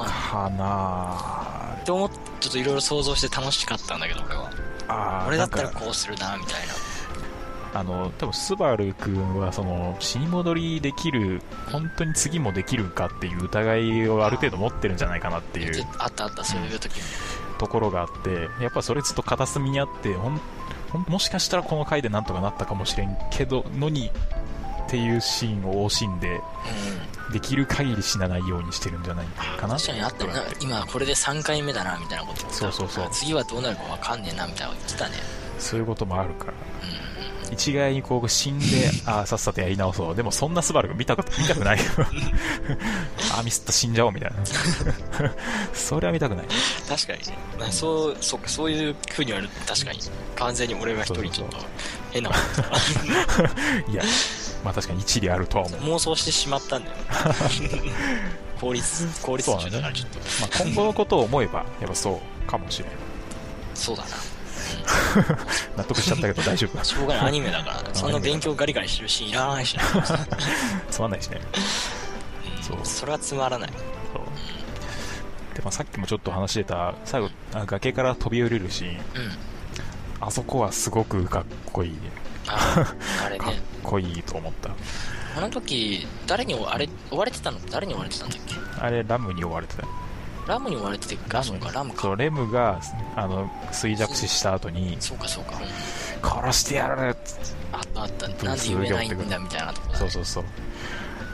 Speaker 1: な
Speaker 2: って思って、ちょっといろいろ想像して楽しかったんだけど、俺は。
Speaker 1: あー
Speaker 2: 俺だったら
Speaker 1: なんか
Speaker 2: こうするな、みたいな。
Speaker 1: あの多分スバル君はその死に戻りできる本当に次もできるかっていう疑いをある程度持ってるんじゃないかなっていう
Speaker 2: あったあった、そういう時に。
Speaker 1: ところがあってやっぱそれずっと片隅にあってほんほんもしかしたらこの回でなんとかなったかもしれんけどのにっていうシーンを惜しんで
Speaker 2: うん。
Speaker 1: できる限り死なないようにしてるんじゃないかな
Speaker 2: 確かにあったよな
Speaker 1: とかって。
Speaker 2: 今これで3回目だな、みたいなこと言った
Speaker 1: そうそうそう
Speaker 2: 次はどうなるかわかんねえな、みたいなこと言ってたね。
Speaker 1: そういうこともあるから
Speaker 2: うん。
Speaker 1: 一概にこう死んで、ああ、さっさとやり直そう。でもそんなスバルが見たこと、見たくない よ。ああ、ミスった死んじゃおうみたいな。 それは見たくない。
Speaker 2: 確かにね。まあそう、そっか、そういう風には確かに。完全に俺が一人ちょっと変なこと言った
Speaker 1: いや、まあ確かに一理あるとは思う。ま
Speaker 2: 妄想してしまったんだ よ。効率、効率中だからちょっと。
Speaker 1: あ今後のことを思えば、やっぱそうかもしれない。
Speaker 2: そうだな。
Speaker 1: 納得しちゃったけど大丈夫。
Speaker 2: しょう がない、アニメだから、そんな勉強ガリガリしてるシーンいらないしな、
Speaker 1: つまんないしね。
Speaker 2: う、
Speaker 1: そうん
Speaker 2: それはつまらない。
Speaker 1: そうでまあ、さっきもちょっと話してた、最後、あ崖から飛び降りるシーン、
Speaker 2: うん。
Speaker 1: あそこはすごくかっこいいね。
Speaker 2: ああれ
Speaker 1: かっ
Speaker 2: ね、
Speaker 1: こいいと思った。
Speaker 2: あの時、誰に追われ、追われてたの誰に追われてたんだっけ
Speaker 1: あれ、ラムに追われてたよ
Speaker 2: ラムに追われてて、ガムか、ラム
Speaker 1: そ
Speaker 2: か。
Speaker 1: うレムがあの衰弱死した後に
Speaker 2: そうか、そうか。うん
Speaker 1: 殺してやるっつって
Speaker 2: あったあった。
Speaker 1: ブー
Speaker 2: なんで
Speaker 1: ス
Speaker 2: 言えな
Speaker 1: 寄っ
Speaker 2: い
Speaker 1: て
Speaker 2: ん
Speaker 1: く
Speaker 2: だみたいなとこだね
Speaker 1: そうそうそう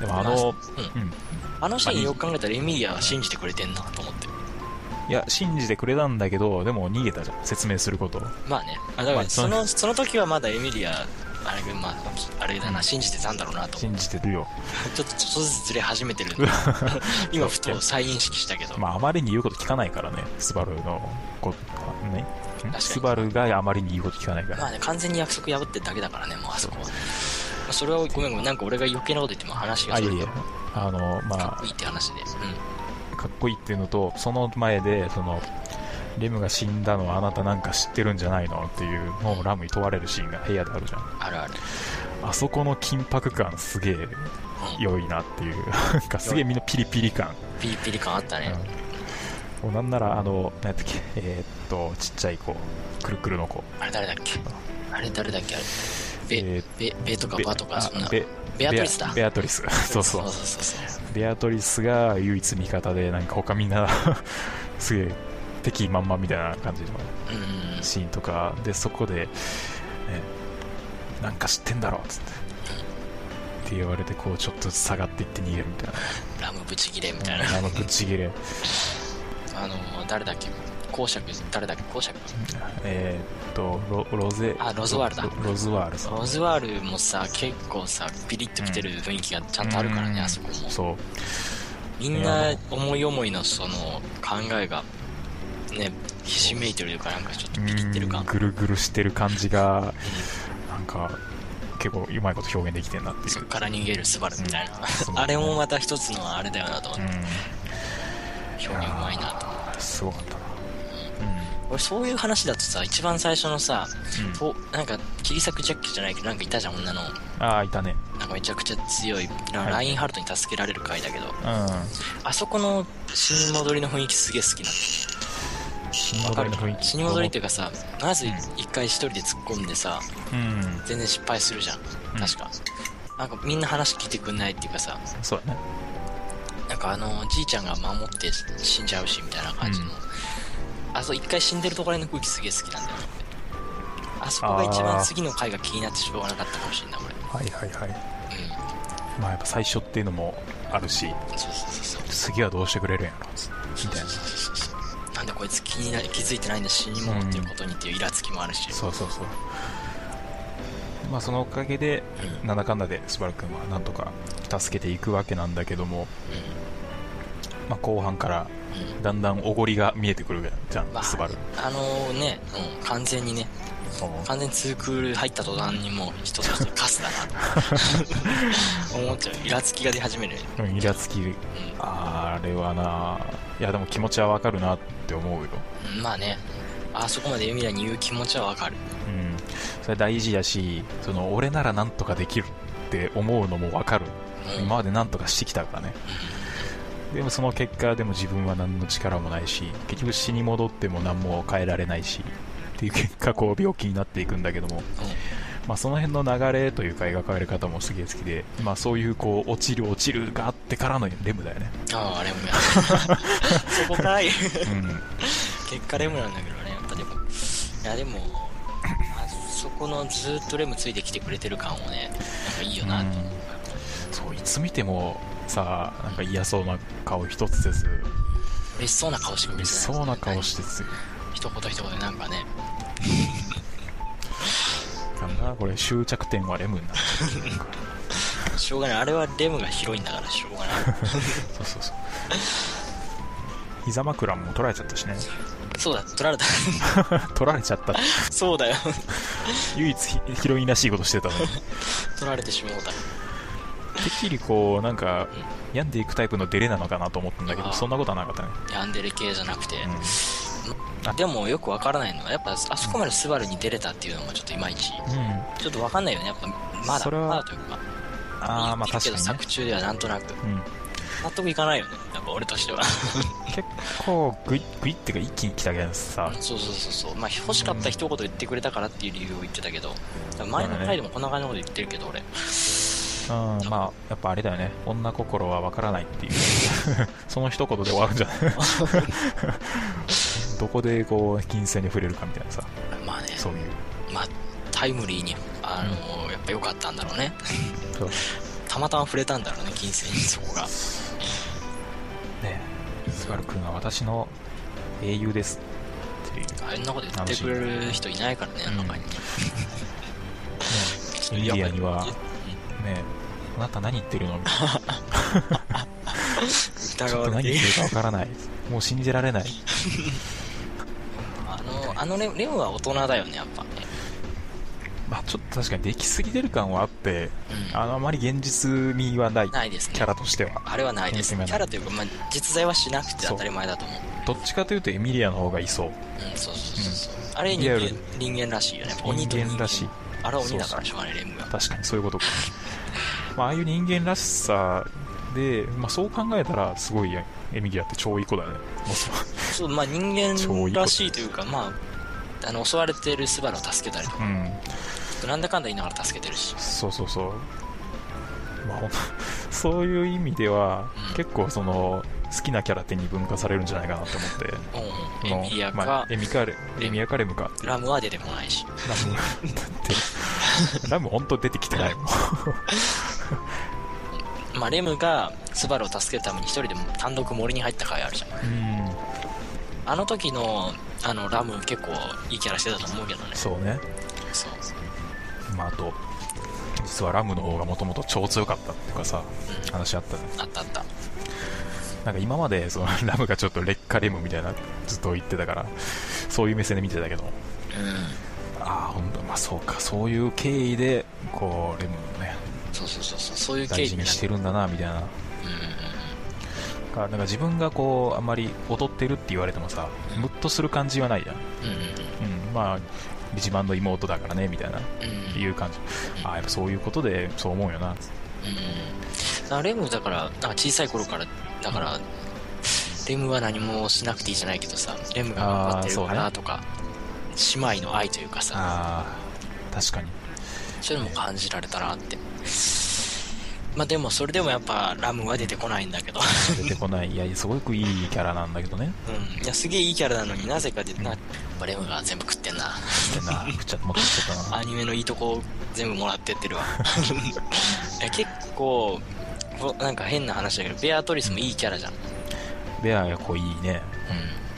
Speaker 1: でもあの、
Speaker 2: う
Speaker 1: うん、
Speaker 2: あのシーンよく考えたらエミリアは信じてくれてんなと思って。
Speaker 1: いや信じてくれたんだけどでも逃げたじゃん説明することを
Speaker 2: まあね。あだか
Speaker 1: まあ
Speaker 2: らその、その時はまだエミリア、あれまああれだな信じてたんだろうなと
Speaker 1: 信じてるよ
Speaker 2: ちょっとちょっとずつずれ始め てるんで今ふと再認識したけど、
Speaker 1: まああまりに言うこと聞かないからねスバルのこね
Speaker 2: 確かに
Speaker 1: スバルがあまりに言うこと聞かないから、
Speaker 2: まあね完全に約束破ってるだけだからねもうあそこは、まあそれはごめんごめんなんか俺が余計なこと言っても話が
Speaker 1: あ
Speaker 2: そ
Speaker 1: いえ
Speaker 2: れ
Speaker 1: い
Speaker 2: て
Speaker 1: えあの
Speaker 2: か
Speaker 1: ま
Speaker 2: っこいいって話で、
Speaker 1: あかっこいいっていうのとその前でそのレムが死んだのはあなたなんか知ってるんじゃないのっていうのをラムに問われるシーンが部屋であるじゃん
Speaker 2: うんあるある
Speaker 1: あそこの緊迫感すげえ良いなっていうなんかすげえみんなピリピリ感、
Speaker 2: ピリピリ感あったね、
Speaker 1: うん、もうなんならあの何やったっけえーっとちっちゃい子くるくるの子
Speaker 2: あれ誰だっけあれ誰だっけあれベ
Speaker 1: えー
Speaker 2: ベベとか
Speaker 1: ベ
Speaker 2: バとか
Speaker 1: あ
Speaker 2: そんな
Speaker 1: ベ
Speaker 2: ベアトリスだ
Speaker 1: ベアトリス そうそう
Speaker 2: そうそうそう
Speaker 1: ベアトリスが唯一味方でなんか他みんな すげえ敵まんまみたいな感じの
Speaker 2: うんうん
Speaker 1: シーンとかでそこで、ね「なんか知ってんだろ」っつって。って言われてこうちょっとずつ下がっていって逃げるみたい
Speaker 2: ラムブチギレみたいな
Speaker 1: なあのぶっちぎれ
Speaker 2: あの誰だっけ公爵誰だっけ公爵
Speaker 1: えーっとロロゼ
Speaker 2: あロズワールだ
Speaker 1: ロロズワールさん
Speaker 2: ロズワールもさ結構さピリッときてる雰囲気がちゃんとあるからね、
Speaker 1: うん
Speaker 2: あそこも
Speaker 1: そう
Speaker 2: みんな思い思いのその考えがねひしめいてるというかなんかちょっとピリってる
Speaker 1: う
Speaker 2: 感
Speaker 1: んぐるぐるしてる感じがなんか結構うまいこと表現できてるなってい
Speaker 2: そうっから逃げるスバルみたいな、
Speaker 1: そう
Speaker 2: あれもまた一つのあれだよなと思って、
Speaker 1: う
Speaker 2: 表現うまいなと
Speaker 1: んすごかったな
Speaker 2: 俺そういう話だとさ一番最初のさ、
Speaker 1: うん
Speaker 2: となんか切り裂くジャッキじゃないけどなんかいたじゃん女の
Speaker 1: ああいたね
Speaker 2: なんかめちゃくちゃ強いな
Speaker 1: は
Speaker 2: んか
Speaker 1: い
Speaker 2: ラインハルトに助けられる回だけど、
Speaker 1: うん
Speaker 2: あそこの死に戻りの雰囲気すげえ好きなの
Speaker 1: 死に戻りの雰囲気
Speaker 2: 死に戻りっていうかさまず一回一人で突っ込んでさ
Speaker 1: うん
Speaker 2: 全然失敗するじゃん
Speaker 1: ん
Speaker 2: 確か、なんかみんな話聞いてくんないっていうかさ
Speaker 1: そうだね
Speaker 2: なんかあのじいちゃんが守って死んじゃうしみたいな感じの、
Speaker 1: うん
Speaker 2: あそう一回死んでるところへの空気すげえ好きなんだよな俺あそこが一
Speaker 1: あ
Speaker 2: 番
Speaker 1: ー
Speaker 2: 次の回が気になってしょうがなかったかもしれない俺
Speaker 1: はいはいはい
Speaker 2: うん
Speaker 1: まあやっぱ最初っていうのもあるし
Speaker 2: そうそうそうそう
Speaker 1: 次はどうしてくれるんやろみたいな
Speaker 2: そうそうそうそうなんでこいつ気にな気づいてないんだ死に物っていうことにっていうイラつきもあるし、
Speaker 1: そうそうそうまあそのおかげでなんだかんだでスバル君はなんとか助けていくわけなんだけども、まあ、後半から
Speaker 2: う
Speaker 1: だんだんおごりが見えてくるじゃ
Speaker 2: まあ
Speaker 1: んスバル
Speaker 2: あのね、うん、完全にね完全にツークール入った途端にもう人としてカスだ な思っちゃうイラつきが出始めるよね
Speaker 1: うんイラつきあれはないやでも気持ちはわかるなって思うよ
Speaker 2: うんまあねあそこまでユミラに言う気持ちはわかる
Speaker 1: うんそれ大事やしその俺ならなんとかできるって思うのもわかる
Speaker 2: うん
Speaker 1: 今までなんとかしてきたからねでもその結果でも自分は何の力もないし結局死に戻っても何も変えられないしっていう結果こう病気になっていくんだけども、まあ、その辺の流れというか描かれ方もすげえ好きで、まあ、そういうこう落ちる落ちるがあってからのレムだよね、
Speaker 2: あああれも やそこかい
Speaker 1: うん、
Speaker 2: 結果レムなんだけどねやっぱでもいやでも、まあ、そこのずっとレムついてきてくれてる感をねなんかいいよなと思う、
Speaker 1: そういつ見てもさなんか嫌そうな顔一つせず
Speaker 2: 嬉しそうな顔してくれて
Speaker 1: 嬉
Speaker 2: る
Speaker 1: しそうな顔してつ
Speaker 2: 一言一言なんかね
Speaker 1: なんだこれ終着点はレムになっちゃうなんか
Speaker 2: しょうがないあれはレムが広いんだからしょうがない
Speaker 1: そうそうそう膝枕も取られちゃったしね
Speaker 2: そうだ、取られた。
Speaker 1: 取られちゃった
Speaker 2: そうだよ。
Speaker 1: 唯一ヒヒロインらしいことしてたのに
Speaker 2: 取られてしまうた。
Speaker 1: てっきりこうなんか病んでいくタイプのデレなのかなと思ったんだけ
Speaker 2: あ
Speaker 1: ど
Speaker 2: ー
Speaker 1: そんなことはなかったね、
Speaker 2: ヤンデレ系じゃなくて。
Speaker 1: あ
Speaker 2: でもよくわからないのは、やっぱあそこまでスバルに出れたっていうのもちょっといまいち。
Speaker 1: うん
Speaker 2: ちょっとわかんないよね。やっぱまだ、
Speaker 1: それは
Speaker 2: まだというか。
Speaker 1: ああまあ
Speaker 2: 言って
Speaker 1: 確
Speaker 2: るけ
Speaker 1: かにね
Speaker 2: ど作、中ではなんとなく。
Speaker 1: うん、
Speaker 2: 納得いかないよね。やっぱ俺としては。
Speaker 1: 結構グイグイってか一気に来たけどさ
Speaker 2: そうそうそうそう。まあ欲しかった一言言ってくれたからっていう理由を言ってたけど、前の回でもこんな感じのこと言ってるけど俺。
Speaker 1: うん、まあやっぱあれだよね女心はわからないっていう その一言で終わるんじゃない どこでこう金銭に触れるかみたいなさ
Speaker 2: まあね、
Speaker 1: そういう
Speaker 2: まあタイムリーに、あのやっぱ良かったんだろうね。
Speaker 1: そう
Speaker 2: たまたま触れたんだろうね、金銭にそこが。
Speaker 1: ねえスバル君は私の英雄ですっていう、ね
Speaker 2: あんなこと言ってくれる人いないからね、あの中に。
Speaker 1: え
Speaker 2: そ
Speaker 1: イ
Speaker 2: れ
Speaker 1: ンデ
Speaker 2: やば
Speaker 1: ィ
Speaker 2: い
Speaker 1: アには
Speaker 2: うん
Speaker 1: ねあなた何言ってるのみたいなち
Speaker 2: 疑
Speaker 1: ょっと
Speaker 2: わ
Speaker 1: 何
Speaker 2: れて
Speaker 1: 言
Speaker 2: る
Speaker 1: ってるかわからないもう信じられない
Speaker 2: あのあのレオレオは大人だよねやっぱね
Speaker 1: まあちょっと確かにできすぎてる感はあって
Speaker 2: うん
Speaker 1: あのあまり現実味はない
Speaker 2: ないですね
Speaker 1: キャラとしては
Speaker 2: あれはないです
Speaker 1: キ
Speaker 2: キ
Speaker 1: ャラ
Speaker 2: ャラというか、まあ、実在はしなくて当たり前だと思う
Speaker 1: どっちかというとエミリアの方がいそう
Speaker 2: うんそうそうそうそう、あれ
Speaker 1: リ
Speaker 2: 人
Speaker 1: ア
Speaker 2: 間
Speaker 1: ル
Speaker 2: 人間らしいよね鬼と
Speaker 1: 人間らしい
Speaker 2: あれは鬼だからしょうがないレムが
Speaker 1: 確かにそういうことか、まあ、ああいう人間らしさで、まあ、そう考えたらすごいエミリアって超いい子だよねもうそう
Speaker 2: そうまあ人間らしいというかまああの襲われてるスバルを助けたりとか
Speaker 1: うん
Speaker 2: なんだかんだ言いながら助けてるし
Speaker 1: そうそうそう、まあほんと、 そういう意味では、
Speaker 2: うん
Speaker 1: 結構その好きなキャラって二分化されるんじゃないかなと思って
Speaker 2: うん
Speaker 1: この
Speaker 2: エミリアか、
Speaker 1: まあエミカレエミアカレムか
Speaker 2: ラムは出てこないし
Speaker 1: ラムだ ってラム本当出てきてないもん
Speaker 2: まあレムがスバルを助けるために一人でも単独森に入った回あるじゃん
Speaker 1: うん
Speaker 2: あの時のあのラム結構いいキャラしてたと思うけどね
Speaker 1: そうね、
Speaker 2: そう
Speaker 1: まあ、あと実はラムの方がもともと超強かったっていうかさ話あったじゃん
Speaker 2: あったあった
Speaker 1: なんか今までそのラムがちょっと劣化レムみたいなずっと言ってたからそういう目線で見てたけど
Speaker 2: うん
Speaker 1: ああ本当まあそうかそういう経緯でこうレムをね
Speaker 2: そうそうそうそうそういう経
Speaker 1: 大
Speaker 2: 緯
Speaker 1: 事
Speaker 2: にな
Speaker 1: に
Speaker 2: っ
Speaker 1: してるんだなみたいなだ
Speaker 2: うんうんうん
Speaker 1: からなんか自分がこうあんまり踊ってるって言われてもさムッとする感じはないじゃん、
Speaker 2: うんうん
Speaker 1: うん、まあ自慢の妹だからねみたいな
Speaker 2: うん
Speaker 1: いう感じああやっぱそういうことでそう思うよな
Speaker 2: うんあレムだからなんか小さい頃からだからレムは何もしなくていいじゃないけどさレムが頑張ってるか
Speaker 1: あーそうね
Speaker 2: らとか、姉妹の愛というかさ
Speaker 1: ああ確かに
Speaker 2: そういうのも感じられたなってまあでもそれでもやっぱラムは出てこないんだけど
Speaker 1: 出てこないいやすごくいいキャラなんだけどね
Speaker 2: うんいやすげえいいキャラなのになぜか出てなやっぱレムが全部食ってんな
Speaker 1: ってな食っちゃもっと食っちゃ ったな
Speaker 2: アニメのいいとこ全部もらってってる わいや結構ぼなんか変な話だけどベアトリスもいいキャラじゃん
Speaker 1: ベアがこういいね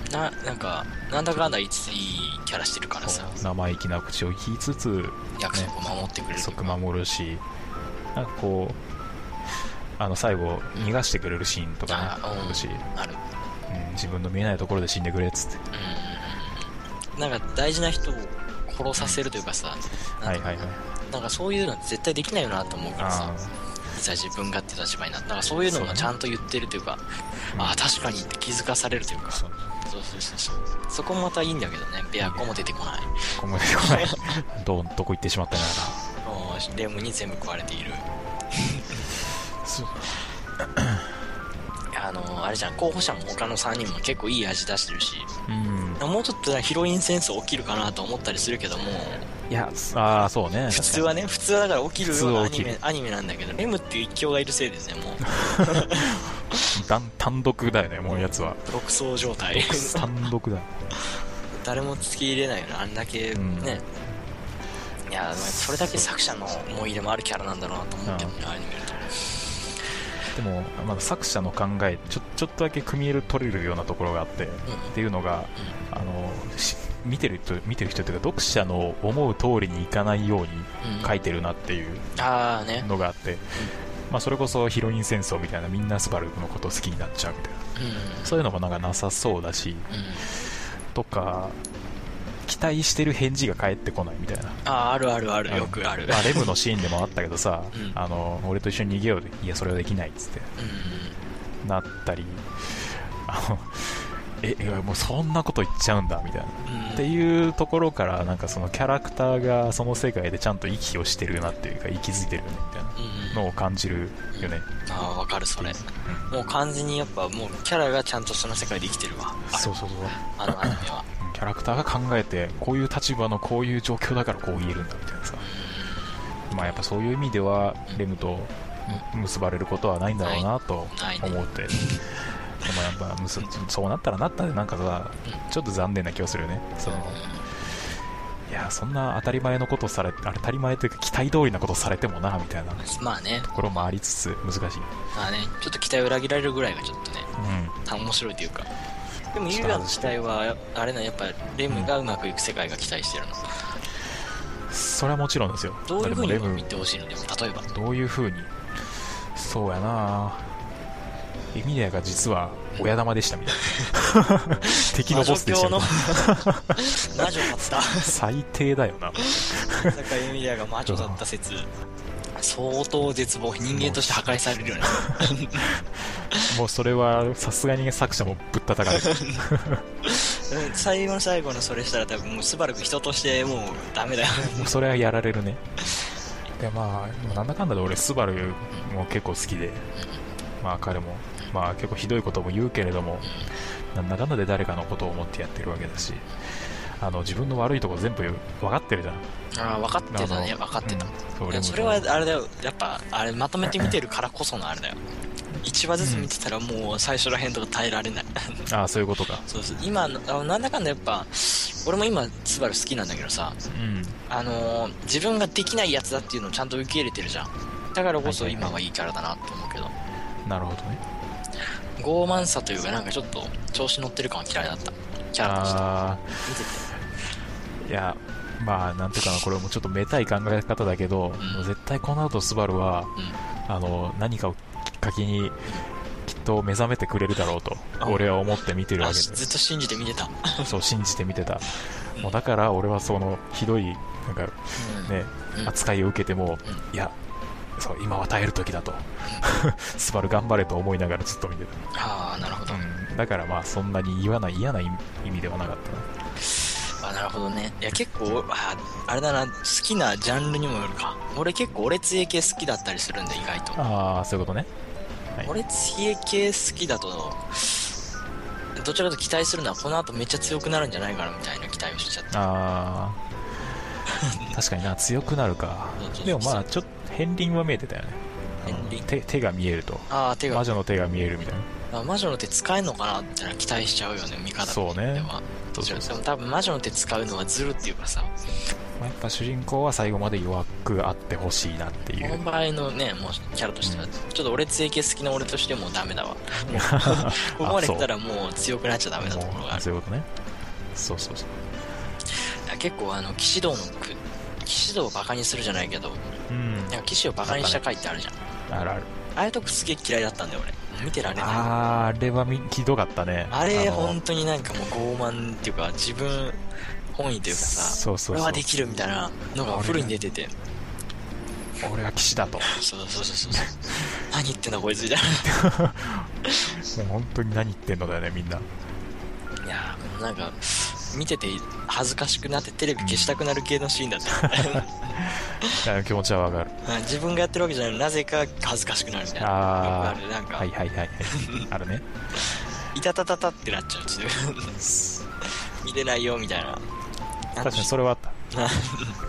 Speaker 2: うんななんかなんだかんだ言いつついいキャラしてるからさ
Speaker 1: 生意気な口を聞きつつ
Speaker 2: 約束を守ってくれる、
Speaker 1: 即守るしなんかこうあの最後逃がしてくれるシーンとかね
Speaker 2: あうん
Speaker 1: あるし、
Speaker 2: ある
Speaker 1: うん、自分の見えないところで死んでくれっつって
Speaker 2: うんなんか大事な人を殺させるというかさ
Speaker 1: はいはいはい
Speaker 2: なんかそういうのって絶対できないよなと思うからさ
Speaker 1: あ
Speaker 2: いざ自分がって立場になったなんかそういうの
Speaker 1: そう
Speaker 2: が
Speaker 1: ね
Speaker 2: ちゃんと言ってるというか
Speaker 1: うん
Speaker 2: ああ確かにって気づかされるという
Speaker 1: あ
Speaker 2: か
Speaker 1: そう
Speaker 2: そうそうそうそうそこもまたいいんだけどねベアコも出てこない
Speaker 1: ここまで来ないどうどこ行ってしまったんだろ
Speaker 2: おーレムに全部食われている
Speaker 1: うなそう
Speaker 2: あのーあれじゃん候補者も他の3人も結構いい味出してるし
Speaker 1: うん
Speaker 2: もうちょっとねヒロインセンス起きるかなと思ったりするけども
Speaker 1: いやああそうね
Speaker 2: 普通はね普通はだから起きるようなア
Speaker 1: 普通は起き
Speaker 2: ニ
Speaker 1: る
Speaker 2: メアニメなんだけどレムっていう一強がいるせいですね もう
Speaker 1: 確かに単単独だよねもうや つは
Speaker 2: 独走状態
Speaker 1: 単独だよ
Speaker 2: 誰も突き入れないよねあんだけ
Speaker 1: うん
Speaker 2: ね、いやまあそれだけ作者の思い入れもあるキャラなんだろうなと思うけどねアニメ見ると
Speaker 1: でもまだ作者の考えちょちょっとだけ組み入れ取れるようなところがあってっていうのが、あのし見てる人見てる人というか読者の思う通りにいかないように
Speaker 2: うん
Speaker 1: 書いてるなっていう
Speaker 2: ああね
Speaker 1: のがあって、まあ、それこそヒロイン戦争みたいなみんなスバルのことを好きになっちゃうみたいな
Speaker 2: うん
Speaker 1: そういうのもなんかなさそうだし
Speaker 2: うん
Speaker 1: とか期待してる返事が返ってこないみたいな。
Speaker 2: あああるあるあるよくある
Speaker 1: まあ、レムのシーンでもあったけどさ、
Speaker 2: うん
Speaker 1: あの俺と一緒に逃げようでいやそれはできないっつって
Speaker 2: うん
Speaker 1: なったりあのええもうそんなこと言っちゃうんだみたいな
Speaker 2: うん
Speaker 1: っていうところからなんかそのキャラクターがその世界でちゃんと息をしてるなっていうか息づいてるよねみたい
Speaker 2: うん
Speaker 1: なのを感じるよね
Speaker 2: ああわかるそれもう完全にやっぱもうキャラがちゃんとその世界で生きてるわあ
Speaker 1: そうそうそう
Speaker 2: あのアニメは
Speaker 1: キャラクターが考えてこういう立場のこういう状況だからこう言えるんだみたいなさまあやっぱそういう意味ではレムと結ばれることはないんだろうなと
Speaker 2: ないね
Speaker 1: 思ってでもやっぱ結そうなったらなったでなんかさちょっと残念な気がするよねそのいやそんな当たり前のことされあれ当たり前というか期待通りなことされてもなみたいな
Speaker 2: まあね
Speaker 1: ところもありつつ難しい、
Speaker 2: まあねちょっと期待を裏切られるぐらいがちょっとね
Speaker 1: う
Speaker 2: 面白いというかでも優雅の期待はあれなやっぱレムがうまくいく世界が期待してるの
Speaker 1: ん、それはもちろんですよ
Speaker 2: どういう
Speaker 1: で
Speaker 2: 風
Speaker 1: も
Speaker 2: に
Speaker 1: レ
Speaker 2: 見
Speaker 1: ム
Speaker 2: てほしいのでも例えば
Speaker 1: どういう風にそうやなエミリアが実は親玉でしたみたい な敵のボスでしたみたいな
Speaker 2: 魔女だった
Speaker 1: 最低だよな
Speaker 2: まさかエミリアが魔女だった説相当絶望人間として破壊されるよね
Speaker 1: もうそれはさすがに作者もぶったたかれる
Speaker 2: うん最後の最後のそれしたら多分もうしばらく人としてもうダメだよ
Speaker 1: もうそれはやられるねいやまあでもなんだかんだで俺スバルも結構好きでまあ彼もまあ結構ひどいことも言うけれどもなんだかんだで誰かのことを思ってやってるわけだしあの自分の悪いとこ全部分かってるじゃん
Speaker 2: ああ分かってた
Speaker 1: あ
Speaker 2: ね
Speaker 1: の
Speaker 2: 分かってた、
Speaker 1: うん
Speaker 2: い
Speaker 1: そう
Speaker 2: や
Speaker 1: レム
Speaker 2: それはあれだよやっぱあれまとめて見てるからこそのあれだよ1話ずつ見てたらもう最初らへんとか耐えられない
Speaker 1: ああそういうことか
Speaker 2: そうそう今のあのなんだかんだやっぱ俺も今スバル好きなんだけどさ
Speaker 1: うん
Speaker 2: あのー自分ができないやつだっていうのをちゃんと受け入れてるじゃんだからこそ
Speaker 1: はいはいは
Speaker 2: 今
Speaker 1: い
Speaker 2: はいいキャラだなと思うけど、
Speaker 1: なるほどね
Speaker 2: 傲慢さというかなんかちょっと調子乗ってる感は嫌いだったキャラとして
Speaker 1: あ
Speaker 2: 見てて
Speaker 1: あいやまあなんていうかなこれもちょっとめたい考え方だけど
Speaker 2: うん
Speaker 1: 絶対この後スバルは
Speaker 2: う
Speaker 1: あの何かをきっかけにきっと目覚めてくれるだろうと俺は思って見てる
Speaker 2: ん
Speaker 1: わ
Speaker 2: あ
Speaker 1: けで
Speaker 2: ずっと信じて見てた、
Speaker 1: そう信じて見てた
Speaker 2: うん
Speaker 1: もうだから俺はそのひどいなんかね
Speaker 2: うん
Speaker 1: 扱いを受けてもいやそう今は耐える時だと スバル頑張れと思いながらずっと見て
Speaker 2: ああなるほど
Speaker 1: た、うん、だからまあそんなに言わない嫌な意味ではなかったな
Speaker 2: あなるほどねいや結構ああれだな好きなジャンルにもよるか俺結構俺つえ系好きだったりするんで意外と
Speaker 1: ああそういうことねはい
Speaker 2: 俺つえ系好きだとどちらかというと期待するのはこの後めっちゃ強くなるんじゃないかなみたいな期待をしちゃった
Speaker 1: あー 確かにな強くなるか
Speaker 2: そうそうそう
Speaker 1: でもまあちょっと片鱗は見えてたよねあの
Speaker 2: 片鱗
Speaker 1: 手手が見えると
Speaker 2: ああ手が
Speaker 1: 魔女の手が見えるみたいな
Speaker 2: あ魔女の手使えんのかなってのは期待しちゃうよね味方
Speaker 1: そうね
Speaker 2: では
Speaker 1: そうそう
Speaker 2: でも多分魔女の手使うのはずるっていうかさ
Speaker 1: まあやっぱ主人公は最後まで弱くあってほしいなってい
Speaker 2: この
Speaker 1: う
Speaker 2: 場合のねもうキャラとしてはちょっと俺つえ系好きな俺としてもダメだわ ここまで来たらもう強くなっちゃダメなところがあ
Speaker 1: もう
Speaker 2: る
Speaker 1: そういうことねそうそうそう
Speaker 2: いや結構あの騎士道のく騎士道をバカにするじゃないけど
Speaker 1: うん
Speaker 2: なんか騎士をバカにした回ってあるじゃんあ,、
Speaker 1: あるある
Speaker 2: あいうとこすげえ嫌いだったんだよ俺見てられないあ
Speaker 1: あーあれはみひどかったね
Speaker 2: れ
Speaker 1: の
Speaker 2: 本当になんかもう傲慢っていうか自分本位というかさ
Speaker 1: そうそう
Speaker 2: 俺
Speaker 1: そ
Speaker 2: は
Speaker 1: う
Speaker 2: できるみたいなのがフルに出てて
Speaker 1: 俺は騎士だとも
Speaker 2: そうそうそう そう何言ってんだこいつみたいう
Speaker 1: 本当に何言ってんのだよねみんな
Speaker 2: ないやーもうなんか見てて恥ずかしくなってテレビ消したくなる系のシーン だった
Speaker 1: いや気持ちはわかる
Speaker 2: 自分がやってるわけじゃないのになぜか恥ずかしくなるみたいな
Speaker 1: あ
Speaker 2: よくあるなん
Speaker 1: あ
Speaker 2: か、
Speaker 1: はいはいはいはいある ね
Speaker 2: いたたたたってなっちゃうちょっと見れないよみたいな
Speaker 1: 確かにそれはあった
Speaker 2: な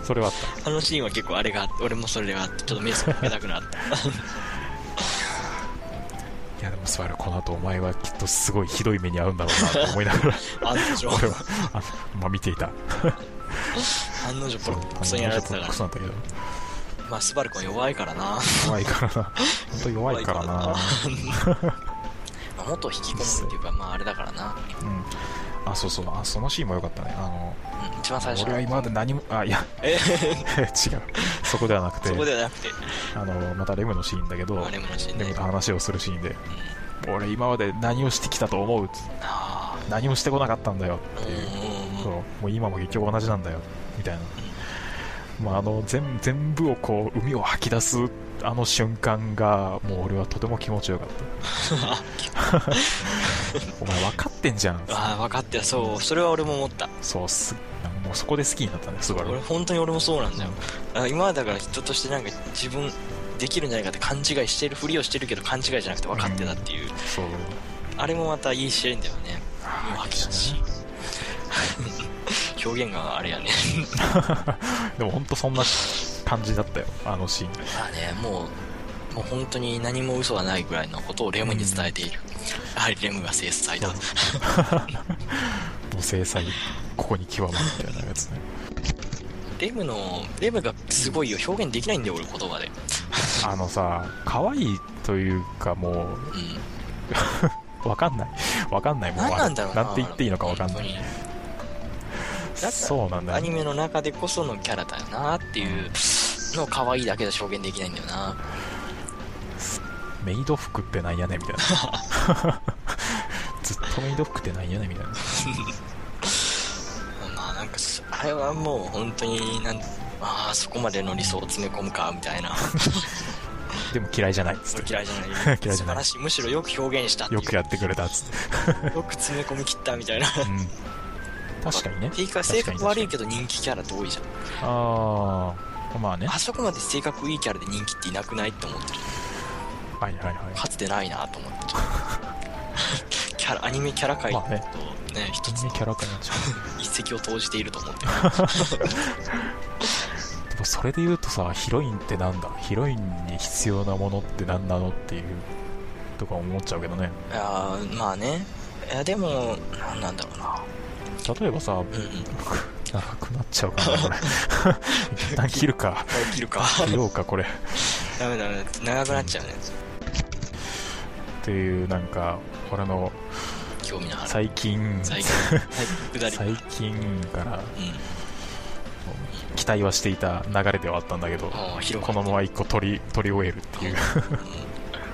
Speaker 1: それはあっ
Speaker 2: あのシーンは結構あれがあって俺もそれがあってちょっと目つけたくなった
Speaker 1: たいやでもスバルこの後お前はきっとすごいひどい目に遭うんだろうなと思いながら
Speaker 2: 案の定
Speaker 1: 俺はあのまあ見ていた
Speaker 2: 案の定ボロックソにやられてた
Speaker 1: ボロ
Speaker 2: か
Speaker 1: クソなんだけど
Speaker 2: らまあスバル君は弱いからな
Speaker 1: 弱いからな本当弱いからな
Speaker 2: まあ元引きこもるっていうかまああれだからな、
Speaker 1: うんあそうそうあそのシーンも良かったねあの
Speaker 2: うん、一番最初
Speaker 1: 俺は今まで何もあいや
Speaker 2: え
Speaker 1: 違うそこではなくて
Speaker 2: そこではなくて
Speaker 1: あのまたレムのシーンだけど
Speaker 2: あれものシーン
Speaker 1: レム
Speaker 2: ね
Speaker 1: と話をするシーンで俺今まで何をしてきたと思う
Speaker 2: あ
Speaker 1: 何もしてこなかったんだよ
Speaker 2: あ
Speaker 1: っていう
Speaker 2: うん
Speaker 1: そう
Speaker 2: うんうん
Speaker 1: もう今も結局同じなんだよみたいな、まあ、あの全全部をこう海を吐き出すあの瞬間がもう俺はとても気持ちよかった お前分かってんじゃん
Speaker 2: ああ分かってるそうそれは俺も思った
Speaker 1: そうすもうそこで好きになったねスバ
Speaker 2: 俺
Speaker 1: ル
Speaker 2: 本当に俺もそうなんだよあ今はだから人としてなんか自分できるんじゃないかって勘違いしてるふりをしてるけど勘違いじゃなくて分かってたっていう、
Speaker 1: そう
Speaker 2: あれもまたいい試合だよねもう飽きたし 表現があれやね
Speaker 1: でも本当そんな感じだったよあのシーン
Speaker 2: まあねもうもう本当に何も嘘がないぐらいのことをレムに伝えている、やはりレムが制裁だ
Speaker 1: もう制裁ここに極まるみたいなやつね
Speaker 2: レムのレムがすごいよ表現できないんだよ俺言葉で
Speaker 1: あのさ可愛いというかも
Speaker 2: うん
Speaker 1: う分かんない分かんないもう
Speaker 2: 何なんだろうな
Speaker 1: なんて言っていいのか分かんな
Speaker 2: 本当
Speaker 1: い
Speaker 2: にだか
Speaker 1: そうなんだ
Speaker 2: ら
Speaker 1: よ
Speaker 2: アニメの中でこそのキャラだよなっていうのを可愛いだけで証言できないんだよな
Speaker 1: メイド服ってなんやねんみたいな ずっとメイド服ってなんやねんみたいな
Speaker 2: まあなんかそあれはもう本当になんあーそこまでの理想を詰め込むかみたいな
Speaker 1: でも嫌いじゃないっつって
Speaker 2: 嫌いじゃな い
Speaker 1: 嫌いじゃない
Speaker 2: 素晴らしいむしろよく表現したっていう
Speaker 1: よくやってくれたっつ って
Speaker 2: よく詰め込み切ったみたいな
Speaker 1: うん確かにね
Speaker 2: ピーカー性格悪い
Speaker 1: ど
Speaker 2: けど人気キャラって多いじゃん
Speaker 1: ああまあね
Speaker 2: あそこまで性格いいキャラで人気っていなくないって思ってる
Speaker 1: はいはいはい
Speaker 2: かつてないなと思ってるキャラアニメキャラ界と
Speaker 1: まあね
Speaker 2: ね一
Speaker 1: 一
Speaker 2: つ
Speaker 1: つ
Speaker 2: の
Speaker 1: にキャラかなっちゃ
Speaker 2: 一石を投じていると思ってる
Speaker 1: うでもそれで言うとさヒロインってなんだヒロインに必要なものって何なのっていうとか思っちゃうけどね
Speaker 2: いやーまあねいやでもなんなんだろうな
Speaker 1: 例えばさ
Speaker 2: うんうん
Speaker 1: 長くなっちゃうかな これ一旦切るか
Speaker 2: 切るか
Speaker 1: 切ろうかこれ
Speaker 2: ダメダメ長くなっちゃうね
Speaker 1: っていうなんか俺の
Speaker 2: 興味のある
Speaker 1: 最近
Speaker 2: 最
Speaker 1: 最
Speaker 2: 近最近下り
Speaker 1: 近から
Speaker 2: うん
Speaker 1: 期待はしていた流れではあったんだけど
Speaker 2: あー広
Speaker 1: こ
Speaker 2: が
Speaker 1: の
Speaker 2: っ
Speaker 1: まま1個取り取り終えるっていう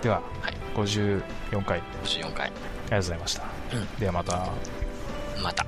Speaker 1: では、
Speaker 2: はい
Speaker 1: 54回あり
Speaker 2: 54回
Speaker 1: がとうございました、
Speaker 2: うん
Speaker 1: ではまた
Speaker 2: また